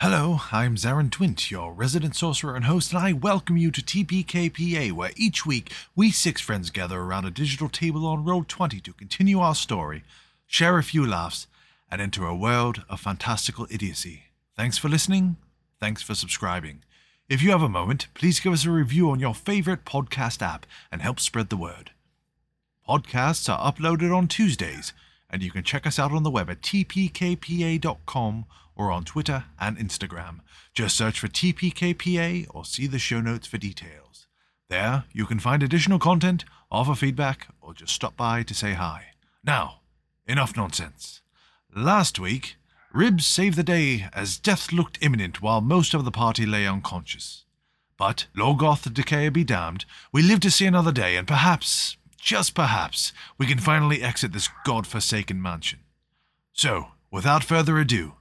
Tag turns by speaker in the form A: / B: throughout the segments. A: Hello, I'm Zarin Twint, your resident sorcerer and host, and I welcome you to TPKPA, where each week we six friends gather around a digital table on Roll20 to continue our story, share a few laughs, and enter a world of fantastical idiocy. Thanks for listening. Thanks for subscribing. If you have a moment, please give us a review on your favorite podcast app and help spread the word. Podcasts are uploaded on Tuesdays, and you can check us out on the web at tpkpa.com or on Twitter and Instagram. Just search for TPKPA or see the show notes for details. There, you can find additional content, offer feedback, or just stop by to say hi. Now, enough nonsense. Last week, Ribs saved the day as death looked imminent while most of the party lay unconscious. But, Lorgoth the Decayer be damned, we live to see another day, and perhaps, just perhaps, we can finally exit this god-forsaken mansion. So, without further ado,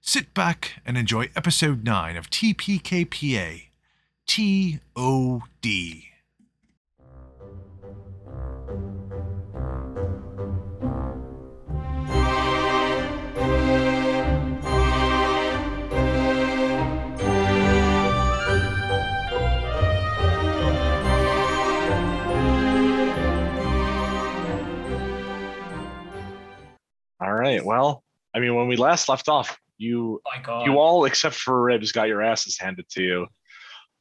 A: sit back and enjoy episode 9 of TPKPA TOD.
B: All right. Well, I mean, when we last left off, you
C: my god.
B: you all except for ribs got your asses handed to you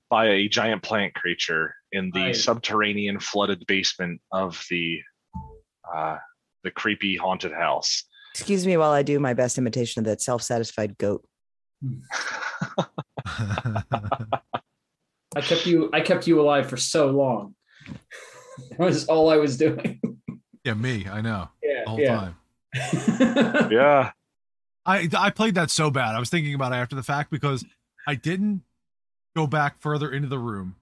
B: by a giant plant creature in the
C: Right.
B: subterranean flooded basement of the uh, the creepy haunted house.
D: Excuse me while I do my best imitation of that self-satisfied goat.
C: I kept you I kept you alive for so long. that was all I was doing.
A: yeah, me, I know.
C: Yeah.
A: The whole time.
C: yeah.
B: Yeah.
A: I I played that so bad. I was thinking about it after the fact because I didn't go back further into the room.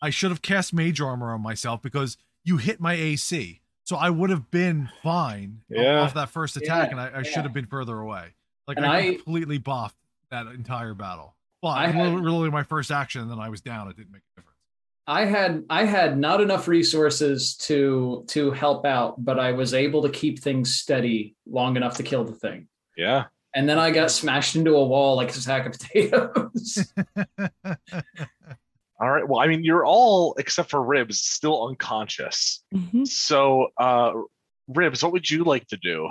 A: I should have cast mage armor on myself because you hit my AC. So I would have been fine
B: Yeah.
A: off that first attack, and I, I
C: yeah.
A: should have been further away. Like
C: And
A: I,
C: I-
A: completely boffed that entire battle. Well,
C: I
A: I
C: had-
A: literally my first action, and then I was down. It didn't make a difference.
C: I had I had not enough resources to to help out, but I was able to keep things steady long enough to kill the thing.
B: Yeah.
C: And then I got smashed into a wall like a sack of potatoes.
B: All right. Well, I mean, you're all except for ribs still unconscious. So, uh, ribs, what would you like to do?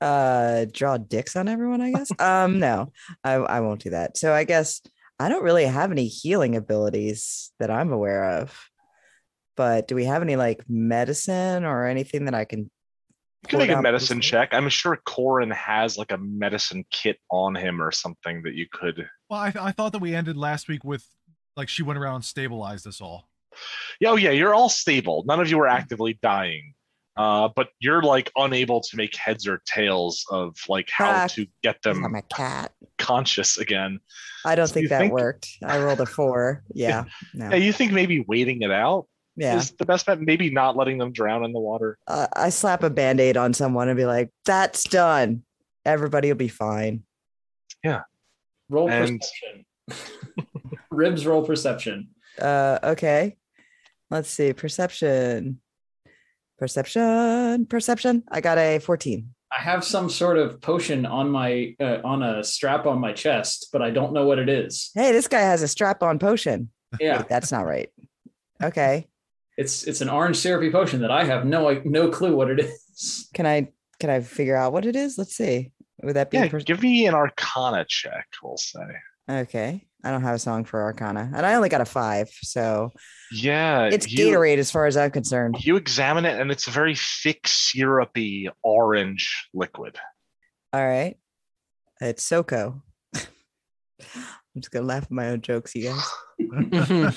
D: Uh, draw dicks on everyone, I guess. um, no, I, I won't do that. So I guess I don't really have any healing abilities that I'm aware of. But do we have any like medicine or anything that I can?
B: You can
D: pour
B: make a
D: down
B: medicine
D: poison?
B: check. I'm sure Corin has like a medicine kit on him or something that you could
A: well, I, I thought that we ended last week with like she went around and stabilized us all.
B: Yeah, oh yeah, you're all stable. None of you are actively dying. Uh, but you're like unable to make heads or tails of like how
D: Fuck.
B: to get
D: I'm
B: them
D: a cat.
B: conscious again.
D: I don't
B: So um, you
D: think that
B: think-
D: worked. I rolled a four. Yeah. No.
B: Yeah, you think maybe waiting it out
D: Yeah.
B: is the best bet? Maybe not letting them drown in the water.
D: Uh, I slap a band aid on someone and be like, that's done. Everybody will be fine.
C: roll
B: And-
C: perception. Ribs roll perception.
D: Uh, okay. Let's see. Perception. Perception. Perception. I got a 14.
C: I have some sort of potion on my uh, on a strap on my chest, but I don't know what it is.
D: Hey, this guy has a strap on potion.
C: Yeah.
D: Wait, that's not right. Okay.
C: It's it's an orange syrupy potion that I have no no clue what it is.
D: Can I can I figure out what it is? Let's see. Would that be
B: Yeah,
D: per-
B: give me an arcana check, we'll say.
D: okay? I don't have a song for Arcana. And I only got a five. So
B: Yeah.
D: it's
B: Uh, you,
D: Gatorade as far as I'm concerned.
B: You examine it and it's a very thick, syrupy orange liquid.
D: All right. It's Soko. I'm just gonna laugh at my own jokes, you guys.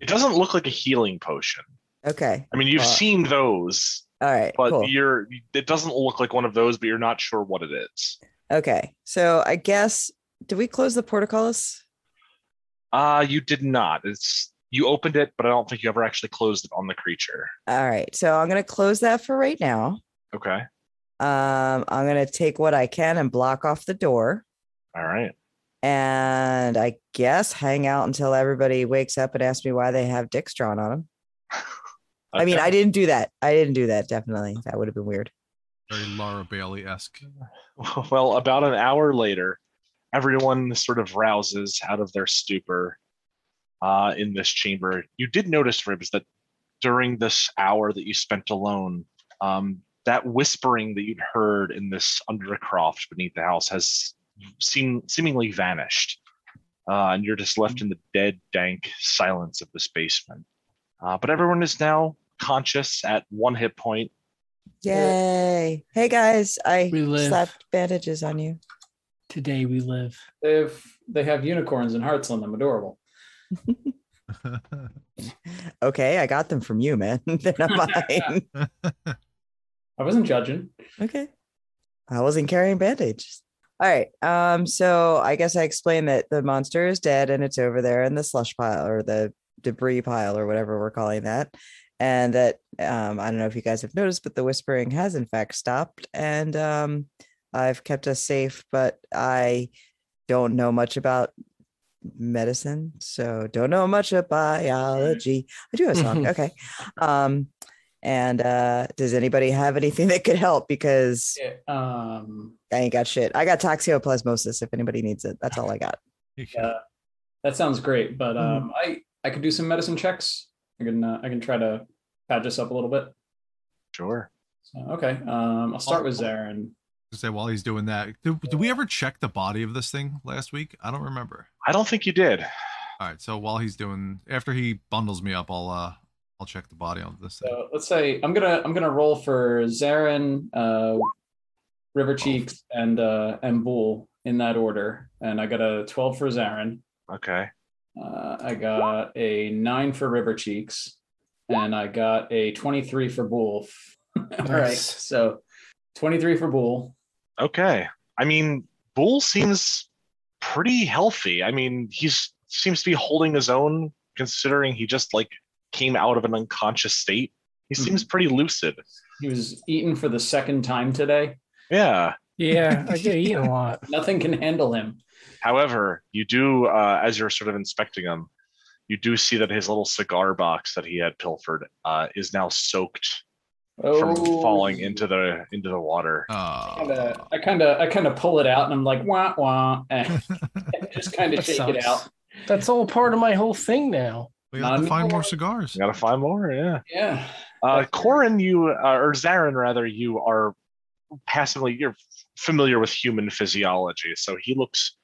B: It doesn't look like a healing potion.
D: Okay.
B: I mean, you've
D: Uh,
B: seen those
D: All right.
B: but
D: cool.
B: you're it doesn't look like one of those but you're not sure what it is
D: Okay. So I guess did we close the portcullis?
B: uh you did not it's you opened it but i don't think you ever actually closed it on the creature
D: All right. So I'm gonna close that for right now.
B: okay
D: Um, I'm gonna take what I can and block off the door.
B: all right
D: And I guess hang out until everybody wakes up and asks me why they have dicks drawn on them. I mean,
B: Okay.
D: I didn't do that. I didn't do that. Definitely, that would have been weird.
A: Very Laura Bailey esque.
B: Well, about an hour later, everyone sort of rouses out of their stupor uh, in this chamber. You did notice, Ribs, that during this hour that you spent alone, um, that whispering that you'd heard in this undercroft beneath the house has seem, seemingly vanished. Uh, and you're just left in the dead, dank silence of this basement. Uh, but everyone is now conscious at one hit point.
D: Yay. Hey guys, I
E: We live.
D: slapped bandages on you.
E: Today we live.
C: If they have unicorns and hearts on them, adorable.
D: Okay, I got them from you, man. They're not mine.
C: I wasn't judging.
D: Okay. I wasn't carrying bandages. All right. Um, so I guess I explained that the monster is dead and it's over there in the slush pile or the debris pile or whatever we're calling that. And that um, I don't know if you guys have noticed, but the whispering has in fact stopped and um, I've kept us safe, but I don't know much about medicine. So don't know much about biology. I do have a song. okay. Um, and uh, does anybody have anything that could help? Because
C: Um,
D: I ain't got shit. I got toxoplasmosis if anybody needs it. That's all I got.
C: that sounds great, but um, I I could do some medicine checks. I can uh, I can try to patch us up a little bit.
B: Sure.
C: So, okay, um, I'll start with Zarin.
A: Say while he's doing that, did, did we ever check the body of this thing last week? I don't remember.
B: I don't think you did.
A: All right, so while he's doing, after he bundles me up, I'll uh, I'll check the body on this thing.
C: So let's say I'm gonna I'm gonna roll for Zarin, uh, River Cheeks, and uh, and Bull in that order, and I got a 12 for Zarin.
B: Okay.
C: Uh, I got a nine for River Cheeks, and I got a 23 for Bull. All right,
E: Nice.
C: so 23 for Bull.
B: Okay. I mean, Bull seems pretty healthy. I mean, he's seems to be holding his own considering he just like came out of an unconscious state. He
C: Mhm.
B: seems pretty lucid.
C: He was eaten for the second time today.
B: Yeah.
E: Yeah, I get eaten a lot.
C: Nothing can handle him.
B: However, you do uh, as you're sort of inspecting him, you do see that his little cigar box that he had pilfered uh, is now soaked from
C: Oh.
B: falling into the into the water.
C: Kinda-
A: Oh,
C: I kind of I kind of pull it out and I'm like wah wah and just kind of
E: That
C: shake it
E: sucks.
C: out.
E: That's all part of my whole thing now.
A: we have to
C: None.
A: find more cigars.
B: You gotta find more, yeah.
C: Yeah.
B: Uh, Corin, you uh, or Zarin rather, you are passively you're familiar with human physiology, so he looks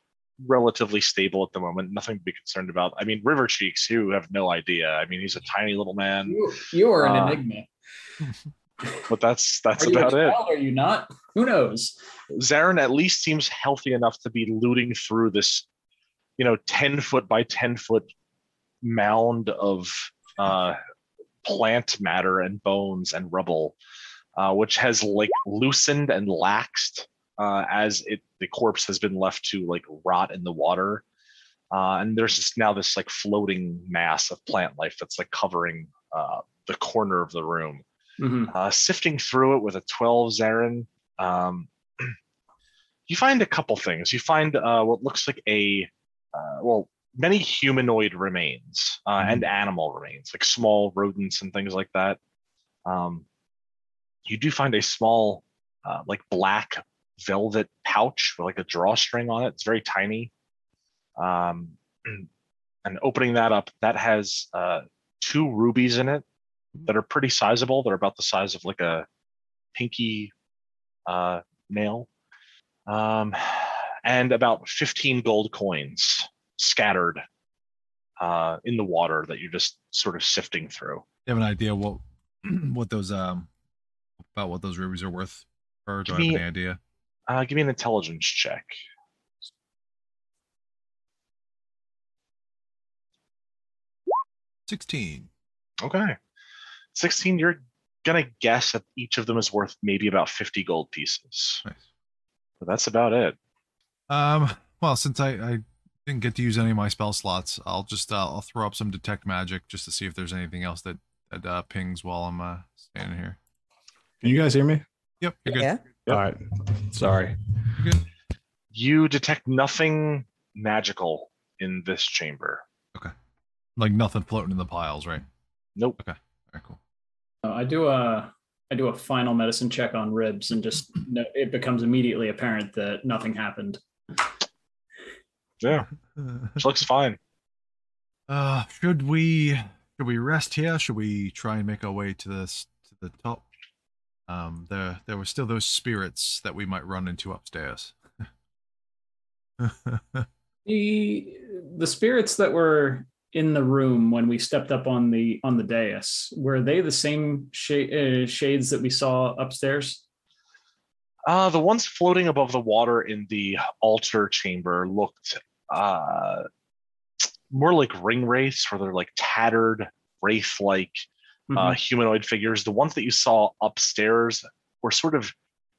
B: relatively stable at the moment. Nothing to be concerned about. I mean, River Cheeks, you have no idea. I mean, he's a tiny little man,
C: You, you are an
B: Uh,
C: enigma.
B: but that's that's
C: are you a
B: about it.
C: child, Are you not? Who knows?
B: Zarin at least seems healthy enough to be looting through this, you know, 10 foot by 10 foot mound of uh, plant matter and bones and rubble, uh, which has like loosened and laxed uh, as it the corpse has been left to like rot in the water. Uh, and there's just now this like floating mass of plant life that's like covering uh, the corner of the room
C: Mhm.
B: uh, sifting through it with a 12 Zarin, um, you find a couple things. You find uh, what looks like a, uh, well, many humanoid remains uh, and animal remains, like small rodents and things like that. Um, you do find a small, uh, like black velvet pouch with like a drawstring on it. It's very tiny. Um, and opening that up, that has uh, two rubies in it that are pretty sizable. They're about the size of like a pinky uh, nail, um, and about 15 gold coins scattered uh, in the water that you're just sort of sifting through.
A: You have an idea what what those um about what those rubies are worth? Or do I have
B: Give me-
A: any idea?
B: Uh, give me an intelligence check.
A: Sixteen.
B: Okay, 16. You're gonna guess that each of them is worth maybe about 50 gold pieces.
A: Nice.
B: But that's about it.
A: Um. Well, since I, I didn't get to use any of my spell slots, I'll just uh, I'll throw up some detect magic just to see if there's anything else that that uh, pings while I'm uh, standing here.
F: Can you guys hear me?
A: Yep, you're good.
D: Yeah.
F: All right. Sorry.
B: You detect nothing magical in this chamber.
A: Like nothing floating in the piles, right?
B: Nope.
A: All right, cool.
C: Uh, I do a I do a final medicine check on ribs and just no, it becomes immediately apparent that nothing happened.
B: Yeah, she looks fine.
A: Uh, should we should we rest here? Should we try and make our way to the s- to the top? Um, there there were still those spirits that we might run into upstairs.
C: The the spirits that were in the room when we stepped up on the on the dais were they the same sha- uh, shades that we saw upstairs?
B: Uh, the ones floating above the water in the altar chamber looked uh, more like ring wraiths, where they're like tattered, wraith like
C: Mm-hmm.
B: uh, humanoid figures. The ones that you saw upstairs were sort of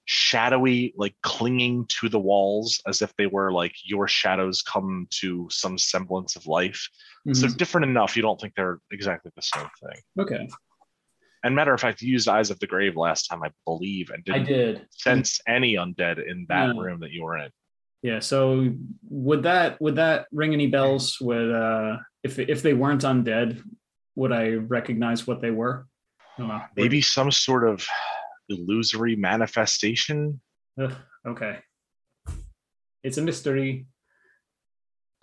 B: shadowy, like clinging to the walls as if they were like your shadows come to some semblance of life.
C: Mhm.
B: So different enough, you don't think they're exactly the same thing.
C: okay,
B: And matter of fact, you used Eyes of the Grave last time, I believe, and
C: I
B: didn't
C: did.
B: sense any undead in that
C: No.
B: room that you were in.
C: Yeah. So would that would that ring any bells? Would uh, if if they weren't undead, would I recognize what they were? Oh, I don't know.
B: Maybe some sort of illusory manifestation.
C: Ugh, okay. It's a mystery.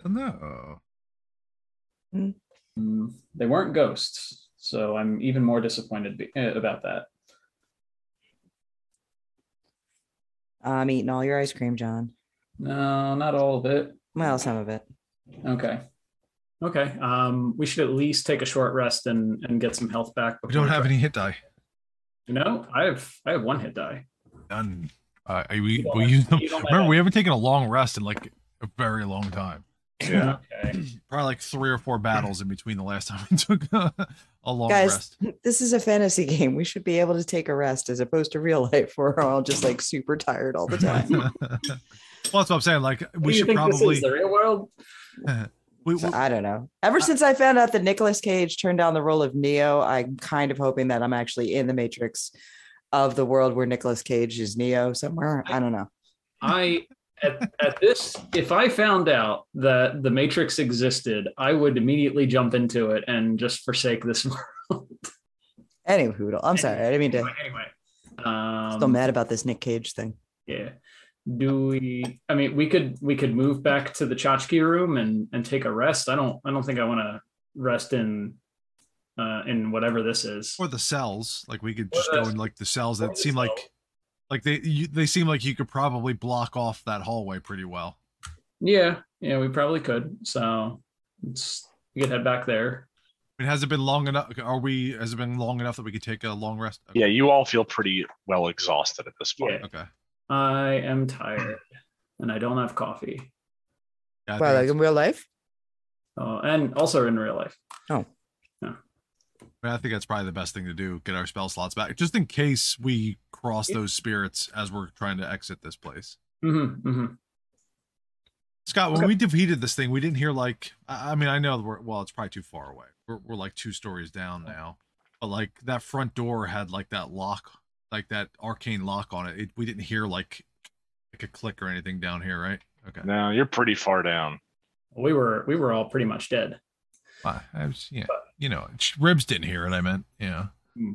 A: no.
C: Mm, They weren't ghosts, so I'm even more disappointed be- eh, about that.
D: I'm eating all your ice cream, John.
C: No, not all of it.
D: Well, some of it.
C: Okay. Okay. Um, we should at least take a short rest and and get some health back.
A: We don't
C: before-
A: have any hit die.
C: No, I have I have one hit die.
A: None. Uh, are we
C: You don't
A: we
C: have-
A: use them.
C: you don't have
A: Remember, we haven't taken a long rest in like a very long time.
B: Yeah.
C: Okay.
A: Probably like three or four battles in between the last time we took a, long
D: Guys,
A: rest.
D: This is a fantasy game. We should be able to take a rest as opposed to real life where we're all just like super tired all the time.
A: well, that's what I'm saying. Like
C: What
A: we
C: do you
A: should
C: think This
A: probably
C: is the real world.
A: we,
D: So
A: we-
D: I don't know. Ever since I found out that Nicolas Cage turned down the role of Neo, I'm kind of hoping that I'm actually in the matrix of the world where Nicolas Cage is Neo somewhere. I don't know.
C: I at, at this, if I found out that the Matrix existed, I would immediately jump into it and just forsake this world.
D: Anyway, Hoodle. I'm sorry. I didn't mean to.
C: Anyway, anyway. Um,
D: Still mad about this Nick Cage thing.
C: Yeah. Do we? I mean, we could we could move back to the Chachki room and and take a rest. I don't I don't think I want to rest in uh in whatever this is.
A: or the cells. Like we could
C: Or
A: just
C: the-
A: go in like the cells
C: or
A: that
C: the
A: seem
C: cell.
A: like like they you, they seem like you could probably block off that hallway pretty well.
C: Yeah, yeah, we probably could. So it's, we could head back there.
A: I mean, has it been long enough? Are we? Has it been long enough that we could take a long rest? Okay.
B: Yeah, you all feel pretty well exhausted at this point.
C: Yeah.
A: Okay.
C: I am tired, and I don't have coffee.
A: Yeah, I
D: Well, like
A: think
D: in real life?
C: Oh, and also in real life.
A: I mean, I think that's probably the best thing to do. Get our spell slots back, just in case we cross those spirits as we're trying to exit this place.
C: hmm hmm
A: Scott, when
C: Okay.
A: we defeated this thing, we didn't hear like. I I mean, I know we're well. It's probably too far away. We're, we're like two stories down now, but like that front door had like that lock, like that arcane lock on it. it we didn't hear like like a click or anything down here, right? Okay.
B: No, you're pretty far down.
C: We were we were all pretty much dead.
A: Well, I was, yeah, you know, sh- ribs didn't hear it. I meant, yeah.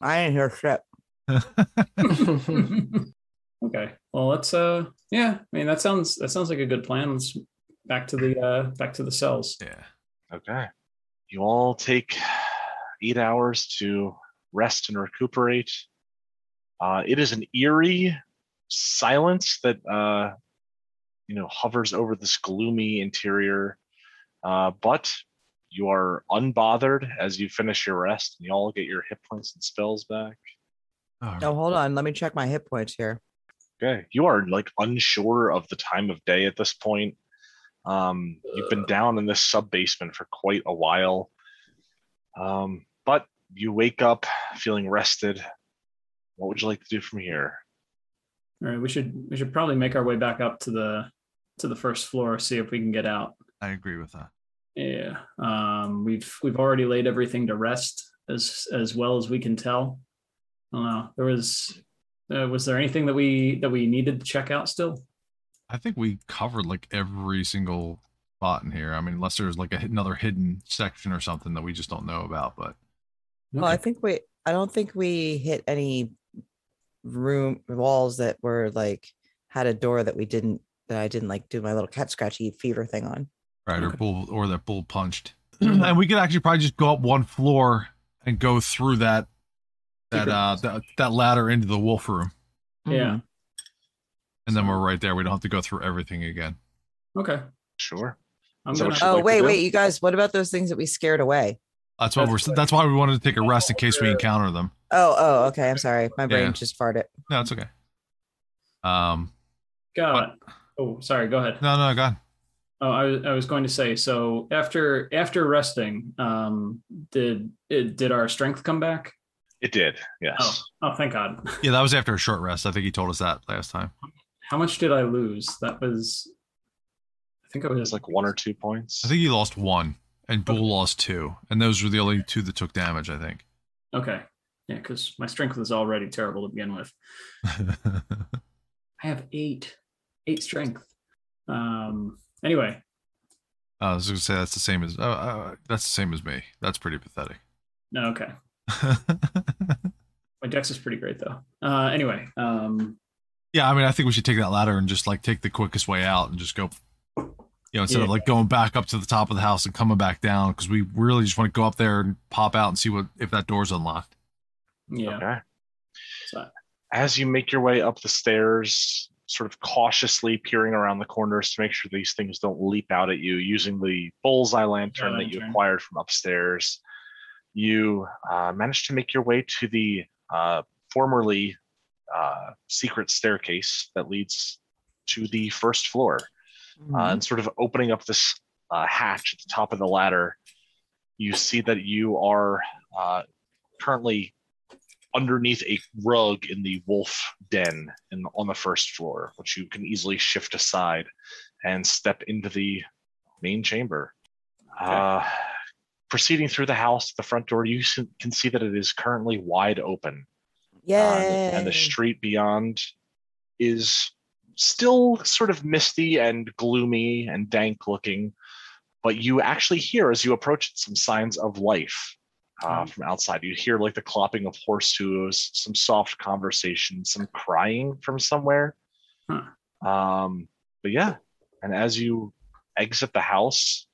D: I didn't hear shit.
C: okay. Well, let's uh yeah, I mean that sounds that sounds like a good plan. Let's back to the uh back to the cells.
A: yeah.
B: Okay. You all take eight hours to rest and recuperate. Uh, it is an eerie silence that uh, you know hovers over this gloomy interior, uh, but you are unbothered as you finish your rest, and you all get your hit points and spells back.
A: All
D: No, Oh, hold on. Let me check my hit points here.
B: Okay, you are like unsure of the time of day at this point. Um, you've been down in this sub basement for quite a while, um, but you wake up feeling rested. What would you like to do from here?
C: All right, we should we should probably make our way back up to the to the first floor, see if we can get out.
A: I agree with that.
C: Yeah. Um we've we've already laid everything to rest as as well as we can tell. I don't know. There was uh, was there anything that we that we needed to check out still?
A: I think we covered like every single spot in here. I mean, unless there's like a, hid- another hidden section or something that we just don't know about, but
D: Well, Oh, I think we I don't think we hit any room walls that were like had a door that we didn't that I didn't like do my little cat scratchy fever thing on.
A: Right, or
E: Okay.
A: bull or that bull punched. and we could actually probably just go up one floor and go through that that
C: Secret-
A: uh that, that ladder into the wolf room.
D: Mm-hmm.
C: Yeah.
A: And then we're right there. We don't have to go through everything again.
C: Okay.
B: Sure.
C: I'm
B: Is that
C: gonna.
B: what you-
D: Oh
B: like to
D: wait,
B: do?
D: wait, you guys, what about those things that we scared away?
A: That's why
C: That's
A: we're
C: right.
A: that's why we wanted to take a rest in case we
C: Yeah.
A: encounter them.
D: Oh,
B: Mm-hmm.
D: oh, okay. I'm sorry. My brain
A: Yeah.
D: just farted.
A: No, it's okay. Um
C: God. Oh, sorry. Go ahead.
A: no no go on.
C: Oh, I, was- I was going to say. So after after resting, um, did it, did our strength come back?
B: It did. Yes.
C: Oh, oh, thank God.
A: Yeah, that was after a short rest. I think he told us that last time.
C: How much did I lose? That was. I think I
B: It
C: was
B: was like one or two points.
A: I think he lost one and Bull lost two. And those were the only two that took damage, I think.
C: Okay. Yeah, because my strength was already terrible to begin with.
A: Uh,
C: I have eight, eight strength. Um. Anyway,
A: Uh, I was gonna say that's the same as uh, uh, that's the same as me. That's pretty pathetic.
C: no. Okay. My dex is pretty great though. Uh. Anyway. Um.
A: yeah, I mean, I think we should take that ladder and just like take the quickest way out and just go. You know, instead of
C: Yeah.
A: like going back up to the top of the house and coming back down, because we really just want to go up there and pop out and see what if that door's unlocked.
C: Yeah.
B: Okay.
C: So-
B: As you make your way up the stairs, sort of cautiously peering around the corners to make sure these things don't leap out at you, using the bullseye lantern that you
C: lantern.
B: acquired from upstairs, you uh, manage to make your way to the uh, formerly uh, secret staircase that leads to the first floor
D: Mm-hmm.
B: uh, and sort of opening up this uh, hatch at the top of the ladder, you see that you are uh, currently underneath a rug in the wolf den in, on the first floor, which you can easily shift aside and step into the main chamber. Uh, proceeding through the house to the front door, you s- can see that it is currently wide open. Uh,
D: Yeah.
B: and the street beyond is still sort of misty and gloomy and dank looking, but you actually hear as you approach it some signs of life uh,
C: Mm.
B: from outside. You hear like the clopping of horse hooves, some soft conversation, some crying from somewhere. Um, but yeah, and as you exit the house,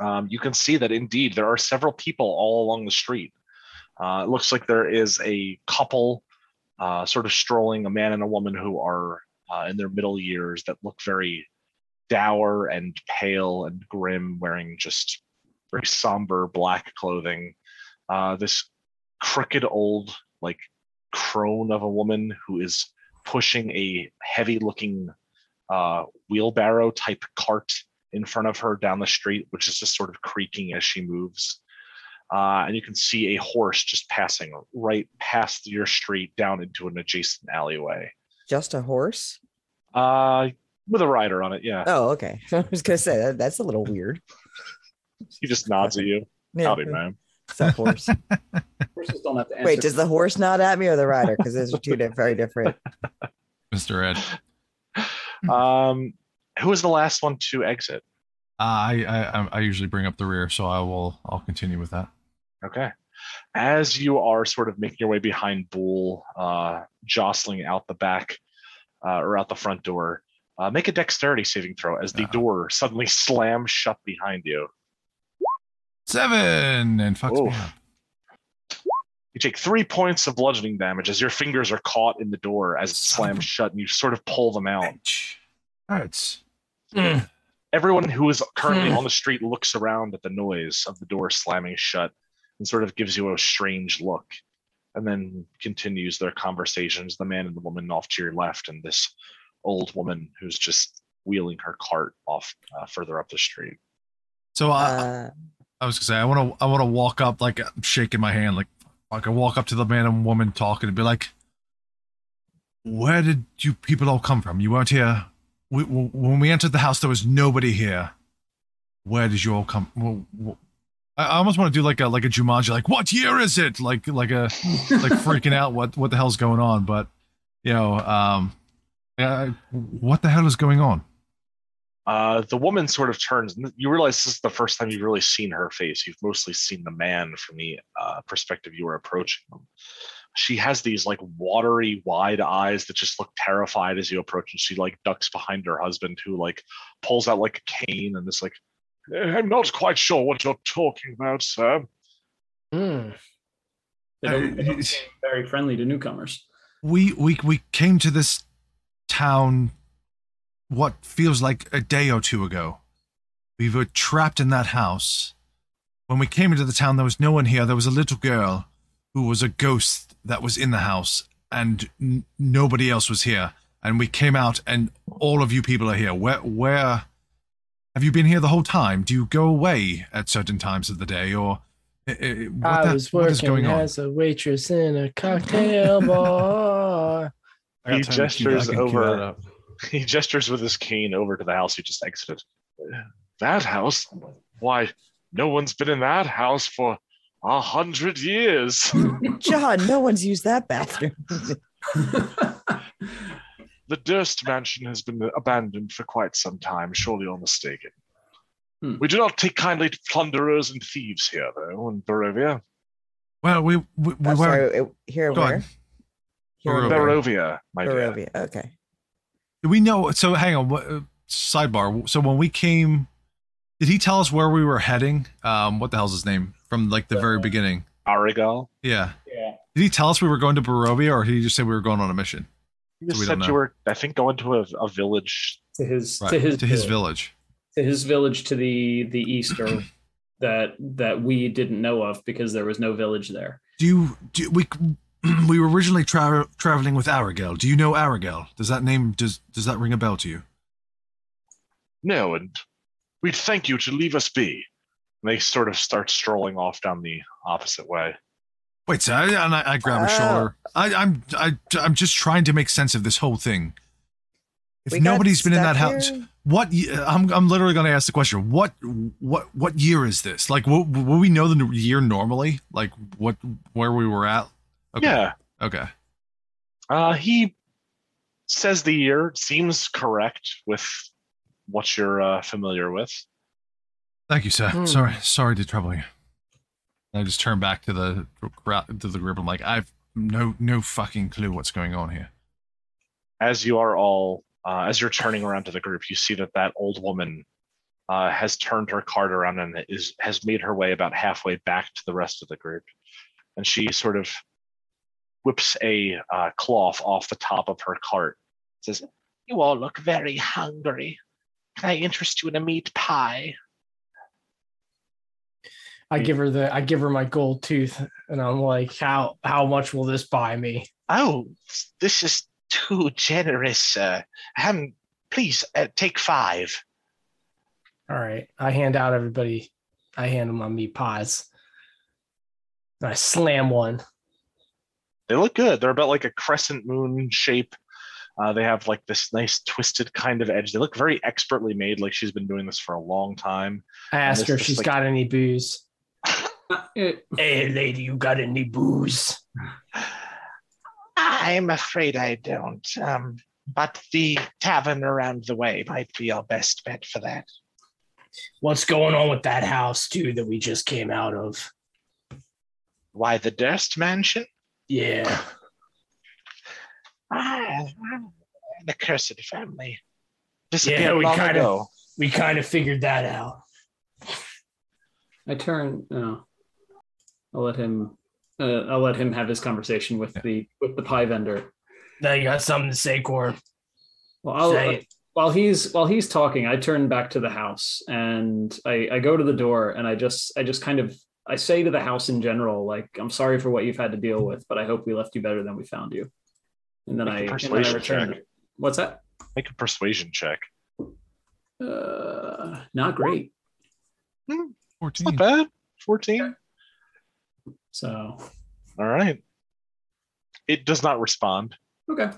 B: um, you can see that indeed there are several people all along the street. Uh, it looks like there is a couple uh, sort of strolling, a man and a woman who are uh, in their middle years that look very dour and pale and grim, wearing just very somber black clothing. Uh, this crooked old, like, crone of a woman who is pushing a heavy looking uh, wheelbarrow type cart in front of her down the street, which is just sort of creaking as she moves. Uh, and you can see a horse just passing right past your street down into an adjacent alleyway
D: just a horse?
B: uh, with a rider on it. Yeah,
D: Oh, okay. I was gonna say that, that's a little weird.
B: he just nods at you.
D: Yeah.
B: Howdy, man.
D: It's a horse.
C: Horses don't have to answer.
D: Wait, does the horse nod at me or the rider? Because those are two di- very different.
A: Mister Ed, uh,
B: Um, who is the last one to exit?
A: Uh, I, I I- I usually bring up the rear, so I will I'll continue with that.
B: Okay. As you are sort of making your way behind Bull, uh, jostling out the back uh, or out the front door, uh, make a dexterity saving throw as the
A: Uh-oh.
B: door suddenly slams shut behind you.
A: Seven and fucks me
B: Oof.
A: up.
B: You take three points of bludgeoning damage as your fingers are caught in the door as it
A: Son of
B: slams
A: a-
B: shut and you sort of pull them out.
A: Ouch. Hurts. Hmm.
E: Mm.
B: Everyone who is currently
E: Hmm.
B: on the street looks around at the noise of the door slamming shut and sort of gives you a strange look and then continues their conversations the man and the woman off to your left and this old woman who's just wheeling her cart off uh, further up the street
A: So I
D: Uh,
A: I was gonna say I want to I want to walk up like I'm shaking my hand like like I walk up to the man and woman talking and be like, "Where did you people all come from? You weren't here. We, w when we entered the house, there was nobody here. Where did you all come? Well, wh- I I almost want to do like a like a Jumanji, like what year is it? Like like a like freaking out what what the hell's going on? But you know, um, yeah, I- what the hell is going on?
B: Uh, the woman sort of turns. and You realize this is the first time you've really seen her face. You've mostly seen the man from the uh, perspective you were approaching them. She has these like watery, wide eyes that just look terrified as you approach, and she like ducks behind her husband, who like pulls out like a cane and is like, "Eh, "I'm not quite sure what you're talking about, sir."
E: Hmm.
C: They don't, they
A: Uh,
C: don't seem very friendly to newcomers.
A: we we we came to this town what feels like a day or two ago we were trapped in that house when we came into the town there was no one here there was a little girl who was a ghost that was in the house and n- nobody else was here and we came out and all of you people are here where where have you been here the whole time do you go away at certain times of the day or eh, eh, what,
E: I
A: the-
E: was
A: what is
E: working
A: going on
E: as a waitress in a cocktail bar.
F: I got
B: He
F: time to queue that-
B: gestures
F: I can queue
B: over-
F: that up.
B: he gestures with his cane over to the house you just exited. That house? Why, no one's been in that house for a hundred years.
D: John, no one's used that bathroom.
B: the Durst mansion has been abandoned for quite some time. Surely you're mistaken.
C: Hmm.
B: We do not take kindly to plunderers and thieves here, though, in Barovia.
A: well we we, we
D: I'm
A: were
D: sorry, it- here
A: Go on.
D: where? Here
A: Barovia.
D: where?
B: Barovia, my dear.
D: Barovia. Okay.
A: Do we know? So hang on. What, uh, sidebar. So when we came, did he tell us where we were heading? Um, what the hell's his name from like the very beginning?
B: Arigal.
A: Yeah.
C: yeah.
A: Did he tell us we were going to Barovia, or did he just say we were going on a mission
B: You
A: So
B: just
A: we don't
B: said you
A: know.
B: were, I think, going to a, a village.
C: To his
A: Right,
C: to his
A: to his village?
C: to his village to the the east or that that we didn't know of because there was no village there.
A: Do you? Do we? We were originally tra- traveling with Aragel. Do you know Aragel? Does that name does does that ring a bell to you?
B: No, and we'd thank you to leave us be. And they sort of start strolling off down the opposite way.
A: Wait, so I, and I, I grab her
D: Oh.
A: shoulder. I, I'm I, I'm just trying to make sense of this whole thing. If
D: We got
A: nobody's been in
D: stuck
A: that house,
D: here?
A: what ye- I'm I'm literally going to ask the question what what what year is this like will, will we know the n- year normally like what where we were at okay
B: Yeah,
A: okay
B: Uh, he says the year seems correct with what you're uh, familiar with.
A: thank you sir
E: Hmm.
A: sorry sorry to trouble you I just turn back to the gra- to the group I'm like I've no no fucking clue what's going on here
B: As you are all, uh, as you're turning around to the group, you see that that old woman uh, has turned her cart around and is has made her way about halfway back to the rest of the group, and she sort of whips a uh, cloth off the top of her cart. Says, "You all look very hungry. Can I interest you in a meat pie?"
E: I give her the I give her my gold tooth and I'm like, how how much will this buy me?
B: Oh, this is too generous, sir. Um, please uh, take five.
E: All right. I hand out everybody. I hand them my meat pies. And I slam one.
B: They look good. They're about like a crescent moon shape. Uh, they have like this nice twisted kind of edge. They look very expertly made, like she's been doing this for a long time.
E: I ask
B: this
E: her if
B: is
E: she's
B: like-
E: got any booze.
C: Uh, It-
E: Hey lady, you got any booze?
B: I'm afraid I don't. Um, but the tavern around the way might be our best bet for that.
E: What's going on with that house too that we just came out of?
B: Why the Durst Mansion?
E: Yeah.
B: Ah, the cursed family.
E: Disappeared we long kinda- ago. We kind of figured that out.
C: I turn. Oh, I'll let him. Uh, I'll let him have his conversation with the with the pie vendor.
E: Now you got something to say, Corn.
C: Well, I'll,
E: Say it.
C: while he's while he's talking, I turn back to the house and I, I go to the door and I just I just kind of I say to the house in general, like, I'm sorry for what you've had to deal with, but I hope we left you better than we found you. And then
B: Make a
C: I, and then I
B: persuasion
C: return.
B: check.
C: it. What's that?
B: Make a persuasion check.
C: Uh, not great.
B: It's not
A: 14
B: bad. 14.
C: So
B: All right. It does not respond.
C: okay.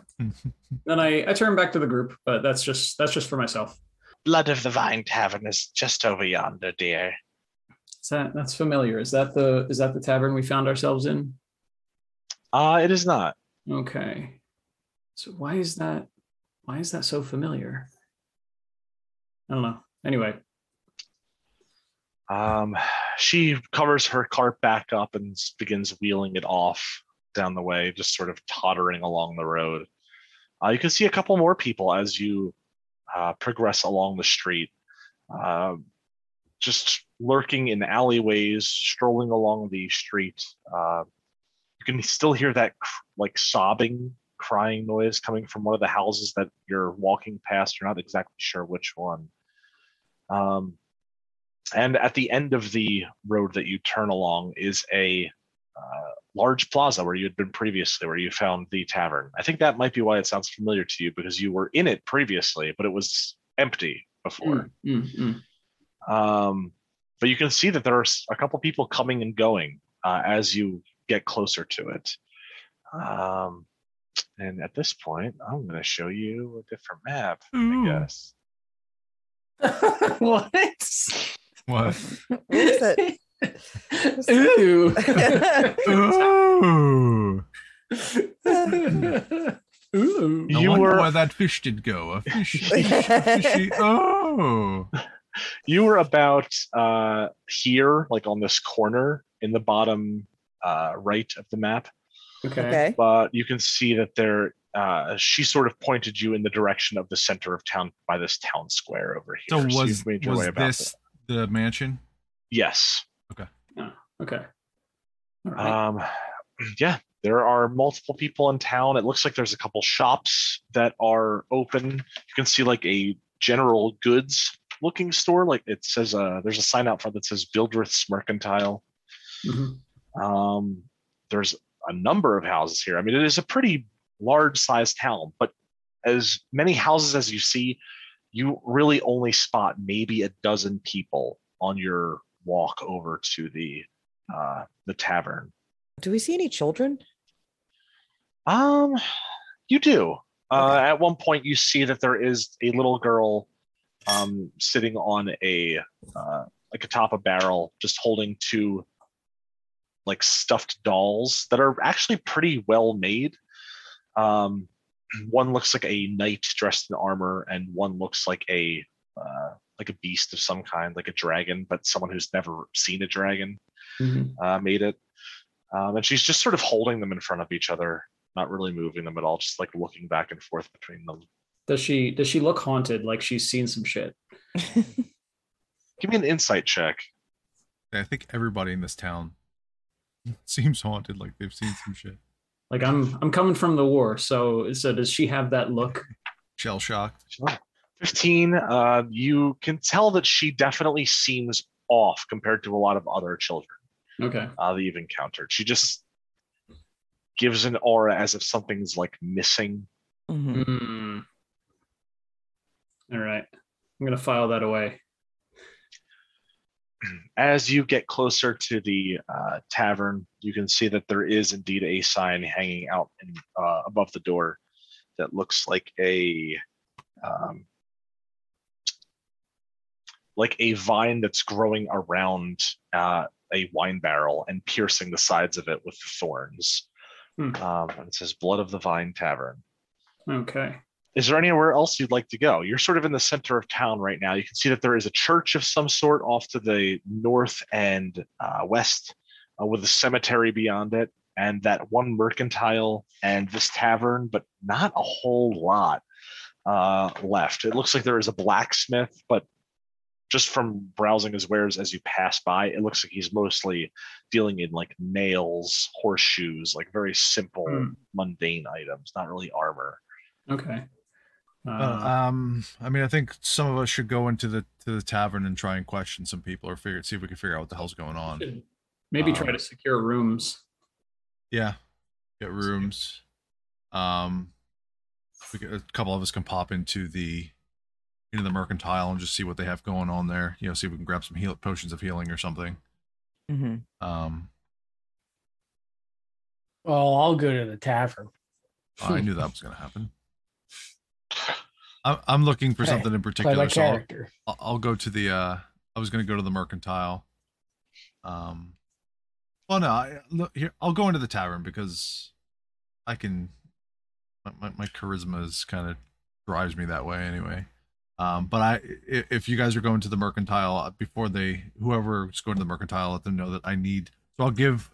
C: Then I, I turn back to the group, but that's just that's just for myself.
B: Blood of the Vine Tavern is just over yonder, dear.
C: Is that that's familiar? Is that the is that the tavern we found ourselves in?
B: Uh, it is not.
C: Okay. So why is that why is that so familiar? I don't know. Anyway,
B: Um, she covers her cart back up and s- begins wheeling it off down the way, just sort of tottering along the road. Uh, you can see a couple more people as you uh, progress along the street, uh, just lurking in alleyways, strolling along the street. Uh, you can still hear that cr- like sobbing, crying noise coming from one of the houses that you're walking past. You're not exactly sure which one. Um, and at the end of the road that you turn along is a uh, large plaza where you had been previously, where you found the tavern. I think that might be why it sounds familiar to you because you were in it previously, but it was empty before.
C: mm, mm.
B: Um, but you can see that there are s- a couple people coming and going uh, as you get closer to it. Um, and at this point, I'm going to show you a different map,
A: Hmm.
B: I guess.
C: mm.
E: what?
A: What?
D: is
E: Ooh.
A: Ooh.
E: Ooh.
A: I
B: You
A: wonder
B: were-
A: where that fish did go. A fish, a fish, a fishy. Oh.
B: you were about uh here like on this corner in the bottom uh right of the map
C: okay.
D: okay.
B: but you can see that there uh she sort of pointed you in the direction of the center of town by this town square over here
A: So
B: you've
A: was
B: made your way
A: was
B: about
A: this the mansion?
B: yes
C: Okay. All right.
B: um yeah there are multiple people in town it looks like there's a couple shops that are open you can see like a general goods looking store like it says uh there's a sign out front that says buildrith's mercantile
C: Mhm.
A: Mm-hmm.
B: Um, there's a number of houses here. I mean, it is a pretty large sized town, but as many houses as you see, you really only spot maybe a dozen people on your walk over to the uh, the tavern.
D: Do we see any children?
B: Um, you do. Uh, At one point, you see that there is a little girl um, sitting on a uh, like atop a barrel, just holding two like stuffed dolls that are actually pretty well made. Um, one looks like a knight dressed in armor, and one looks like a uh, like a beast of some kind, like a dragon, but someone who's never seen a dragon
A: Mm-hmm.
C: Mhm.
B: uh, made it. Um, and she's just sort of holding them in front of each other, not really moving them at all, just like looking back and forth between them.
C: Does she does she look haunted? Like she's seen some shit.
D: Mm-hmm,
B: Give me an insight check.
A: I think everybody in this town seems haunted, like they've seen some shit.
C: Like I'm I'm coming from the war, so so does she have that look?
A: Shell shocked.
B: 15, uh, you can tell that she definitely seems off compared to a lot of other children
C: Okay.
B: uh, that you've encountered. She just gives an aura as if something's like missing.
D: Mhm.
C: Mm. All right. I'm gonna file that away.
B: As you get closer to the uh, tavern, you can see that there is indeed a sign hanging out in, uh, above the door that looks like a um, like a vine that's growing around uh, a wine barrel and piercing the sides of it with thorns.
C: Hmm.
B: Um, and it says "Blood of the Vine Tavern."
C: Okay.
B: is there anywhere else you'd like to go? You're sort of in the center of town right now. You can see that there is a church of some sort off to the north and uh, west, uh, with a cemetery beyond it, and that one mercantile and this tavern, but not a whole lot uh, left. It looks like there is a blacksmith, but just from browsing his wares as you pass by, it looks like he's mostly dealing in like nails, horseshoes, like very simple,
C: Hmm.
B: mundane items, not really armor.
C: Okay. Uh,
A: But, um, I mean, I think some of us should go into the to the tavern and try and question some people or figure see if we can figure out what the hell's going on.
C: should maybe try
A: um,
C: to secure rooms.
A: Yeah, get rooms. Um, we could- a couple of us can pop into the into the mercantile and just see what they have going on there. You know, see if we can grab some heal potions of healing or something.
D: Mhm.
A: Um,
E: uh, Well, I'll go to the tavern.
A: Oh, I knew that was going to happen. I'm I'm looking for
E: Hey,
A: something in
E: Play my
A: particular, so I'll-
E: character.
A: I'll, I'll go to the. uh I was going to go to the mercantile. Um, well, no, I, look here. I'll go into the tavern because I can. My my, my charisma is kind of drives me that way anyway. Um, but I, i- if you guys are going to the mercantile uh, before they, whoever's going to the mercantile, let them know that I need. So I'll give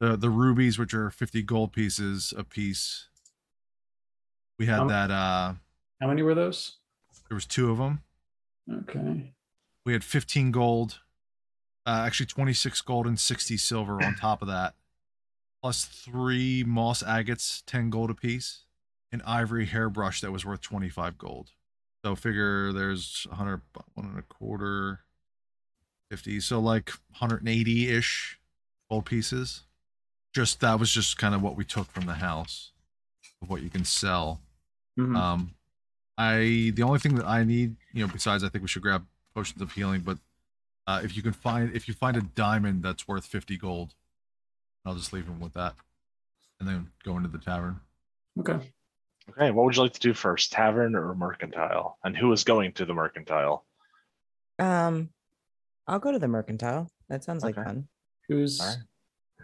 A: the the rubies, which are fifty gold pieces a piece. We had
C: Um,
A: that. uh
C: How many were those?
A: There was two of them.
C: Okay.
A: We had fifteen gold, uh, actually twenty six gold and sixty silver on top of that, plus three moss agates, ten gold apiece, an ivory hairbrush that was worth twenty five gold. So figure there's a hundred, bu- one and a quarter, fifty. So like hundred and eighty ish gold pieces. Just that was just kind of what we took from the house of what you can sell.
C: Mhm.
A: Um, I the only thing that I need, you know, besides I think we should grab potions of healing, but uh, if you can find if you find a diamond that's worth fifty gold, I'll just leave him with that, and then go into the tavern.
C: okay.
B: Okay, what would you like to do first, tavern or mercantile? And who is going to the mercantile?
D: Um, I'll go to the mercantile. That sounds like
B: Okay.
D: fun.
C: Who's
B: Alright.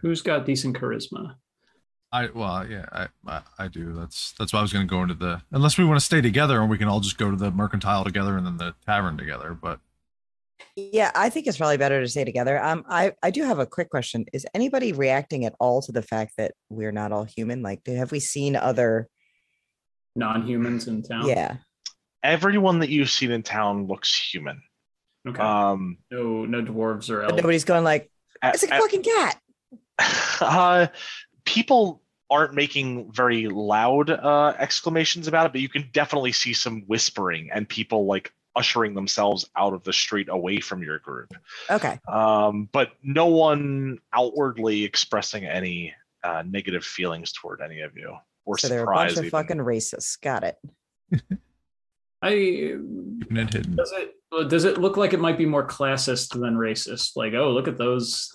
C: who's got decent charisma?
A: I well yeah I, I I do that's that's why I was gonna go into the unless we want to stay together and we can all just go to the mercantile together and then the tavern together but
D: Yeah, I think it's probably better to stay together. Um, I I do have a quick question. Is anybody reacting at all to the fact that we're not all human? Like, do- have we seen other?
C: Non-humans in town.
D: Yeah.
B: Everyone that you've seen in town looks human.
C: Okay.
B: Um,
C: no, no dwarves or
D: But
C: elves.
D: nobody's going like
B: a-
D: it's a
B: a-
D: fucking cat.
B: uh, people aren't making very loud uh, exclamations about it, but you can definitely see some whispering and people like ushering themselves out of the street away from your group.
D: Okay.
B: Um, but no one outwardly expressing any uh, negative feelings toward any of you or
D: so they're a bunch
B: surprise.
D: of
B: even.
D: fucking racists. Got it.
C: I
A: keeping it hidden.
C: does it does it look like it might be more classist than racist? Like, oh, look at those,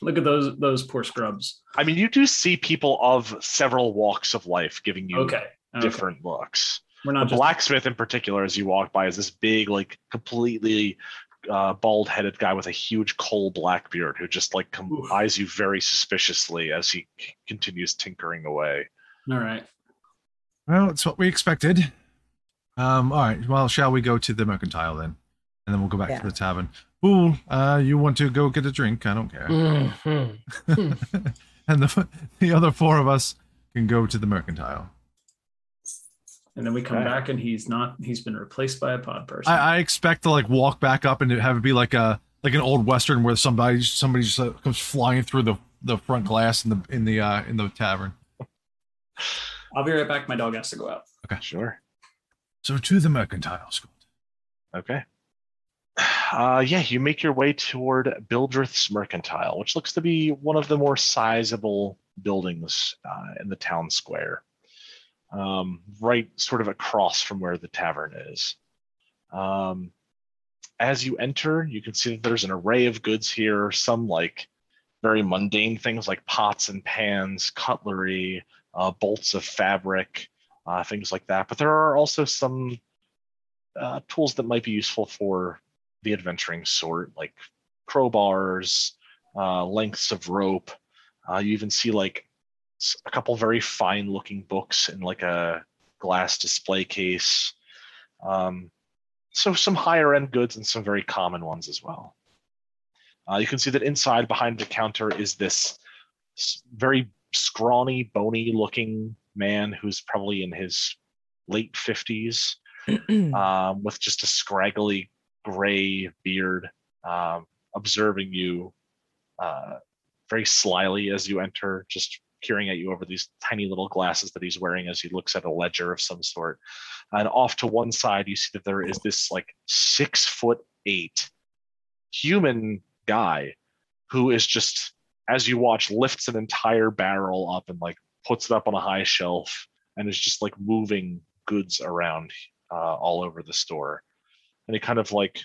C: look at those those poor scrubs.
B: I mean, you do see people of several walks of life giving you
C: Okay. okay.
B: different looks.
C: We're
B: The
C: not just
B: blacksmith, in particular, as you walk by, is this big, like completely uh, bald-headed guy with a huge coal black beard who just like com-
C: Oof.
B: eyes you very suspiciously as he c- continues tinkering away.
C: all right.
A: Well, it's what we expected. Um, all right. Well, shall we go to the mercantile then, and then we'll go back
D: Yeah.
A: to the tavern. Fool, uh, you want to go get a drink? I don't care.
E: Mhm.
A: and the the other four of us can go to the mercantile.
C: And then we come
B: Okay.
C: back and he's not he's been replaced by a pod person.
A: I, I expect to like walk back up and have it be like a like an old western where somebody somebody just uh, comes flying through the the front glass in the in the uh, in the tavern.
C: I'll be right back. My dog has to go out.
B: Sure.
A: So to the mercantile school.
B: Okay. Uh, yeah, you make your way toward Bildrith's Mercantile, which looks to be one of the more sizable buildings uh, in the town square, um, right sort of across from where the tavern is. Um, as you enter, you can see that there's an array of goods here, some like very mundane things like pots and pans, cutlery, uh, bolts of fabric, uh, things like that. But there are also some uh, tools that might be useful for the adventuring sort, like crowbars, uh, lengths of rope. Uh, you even see like s- a couple very fine looking books in like a glass display case. Um, so some higher end goods and some very common ones as well. Uh, you can see that inside behind the counter is this s- very scrawny, bony looking man who's probably in his late 50s
D: Hmm.
B: um, with just a scraggly gray beard, um, observing you uh, very slyly as you enter, just peering at you over these tiny little glasses that he's wearing as he looks at a ledger of some sort. And off to one side, you see that there is this like six foot eight human guy who is just, as you watch, lifts an entire barrel up and like puts it up on a high shelf and is just like moving goods around uh, all over the store. And he kind of like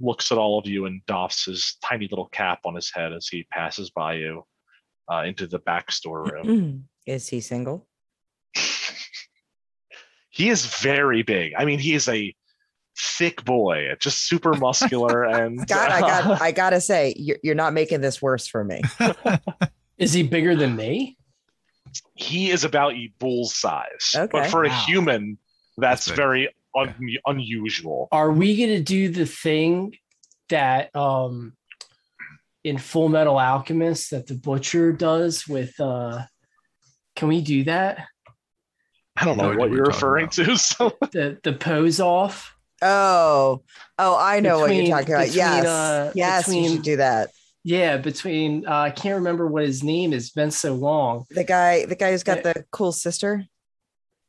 B: looks at all of you and doffs his tiny little cap on his head as he passes by you uh, into the back
D: Mm-hmm.
B: storeroom.
D: Mm. Is he single?
B: he is very big. I mean, he is a thick boy, just super muscular. and
D: God, I got I gotta say, you're you're not making this worse for me.
E: Is he bigger than me?
B: he is about a bull's size.
D: Okay.
B: But for a
E: Wow.
B: human, that's,
A: That's big.
B: very un- unusual.
E: Are we gonna do the thing that um in Full Metal Alchemist that the butcher does with uh can we do that?
B: I don't
A: No
B: know
A: idea
B: what
A: what
B: you're
A: you're
B: referring to. So
E: The the pose off?
D: Oh, oh, I know what
E: Between-
D: you're talking about.
E: between,
D: yes,
E: uh,
D: yes, you
E: between-
D: should do that.
E: Yeah, between uh, I can't remember what his name is, been so long.
D: The guy, the guy who's got
E: Yeah.
D: the cool sister.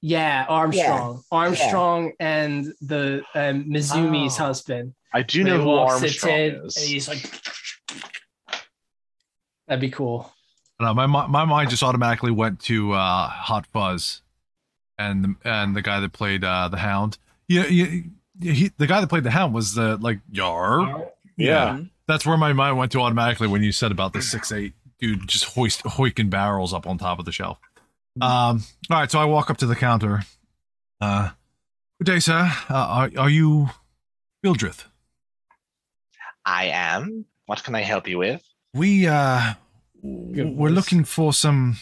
E: Yeah, Armstrong. Armstrong and the um, Mizumi's
D: Oh.
E: husband.
B: I do
E: When
B: know
E: he
B: who
E: walks at
B: Armstrong
E: Ted,
B: is.
E: And he's like That'd be cool.
A: And, uh, my mi- my mind just automatically went to uh, Hot Fuzz, and the, and the guy that played uh, the Hound. Yeah, yeah, he the guy that played the Hound was the like Yar.
B: yeah.
A: That's where my mind went to automatically when you said about the six eight dude just hoist hoiking barrels up on top of the shelf. Um. All right, so I walk up to the counter. Uh, good day, sir. Uh, are are you Bildrith?
B: I am. What can I help you with?
A: We uh, w-
E: Good
A: we're
E: voice.
A: looking for some.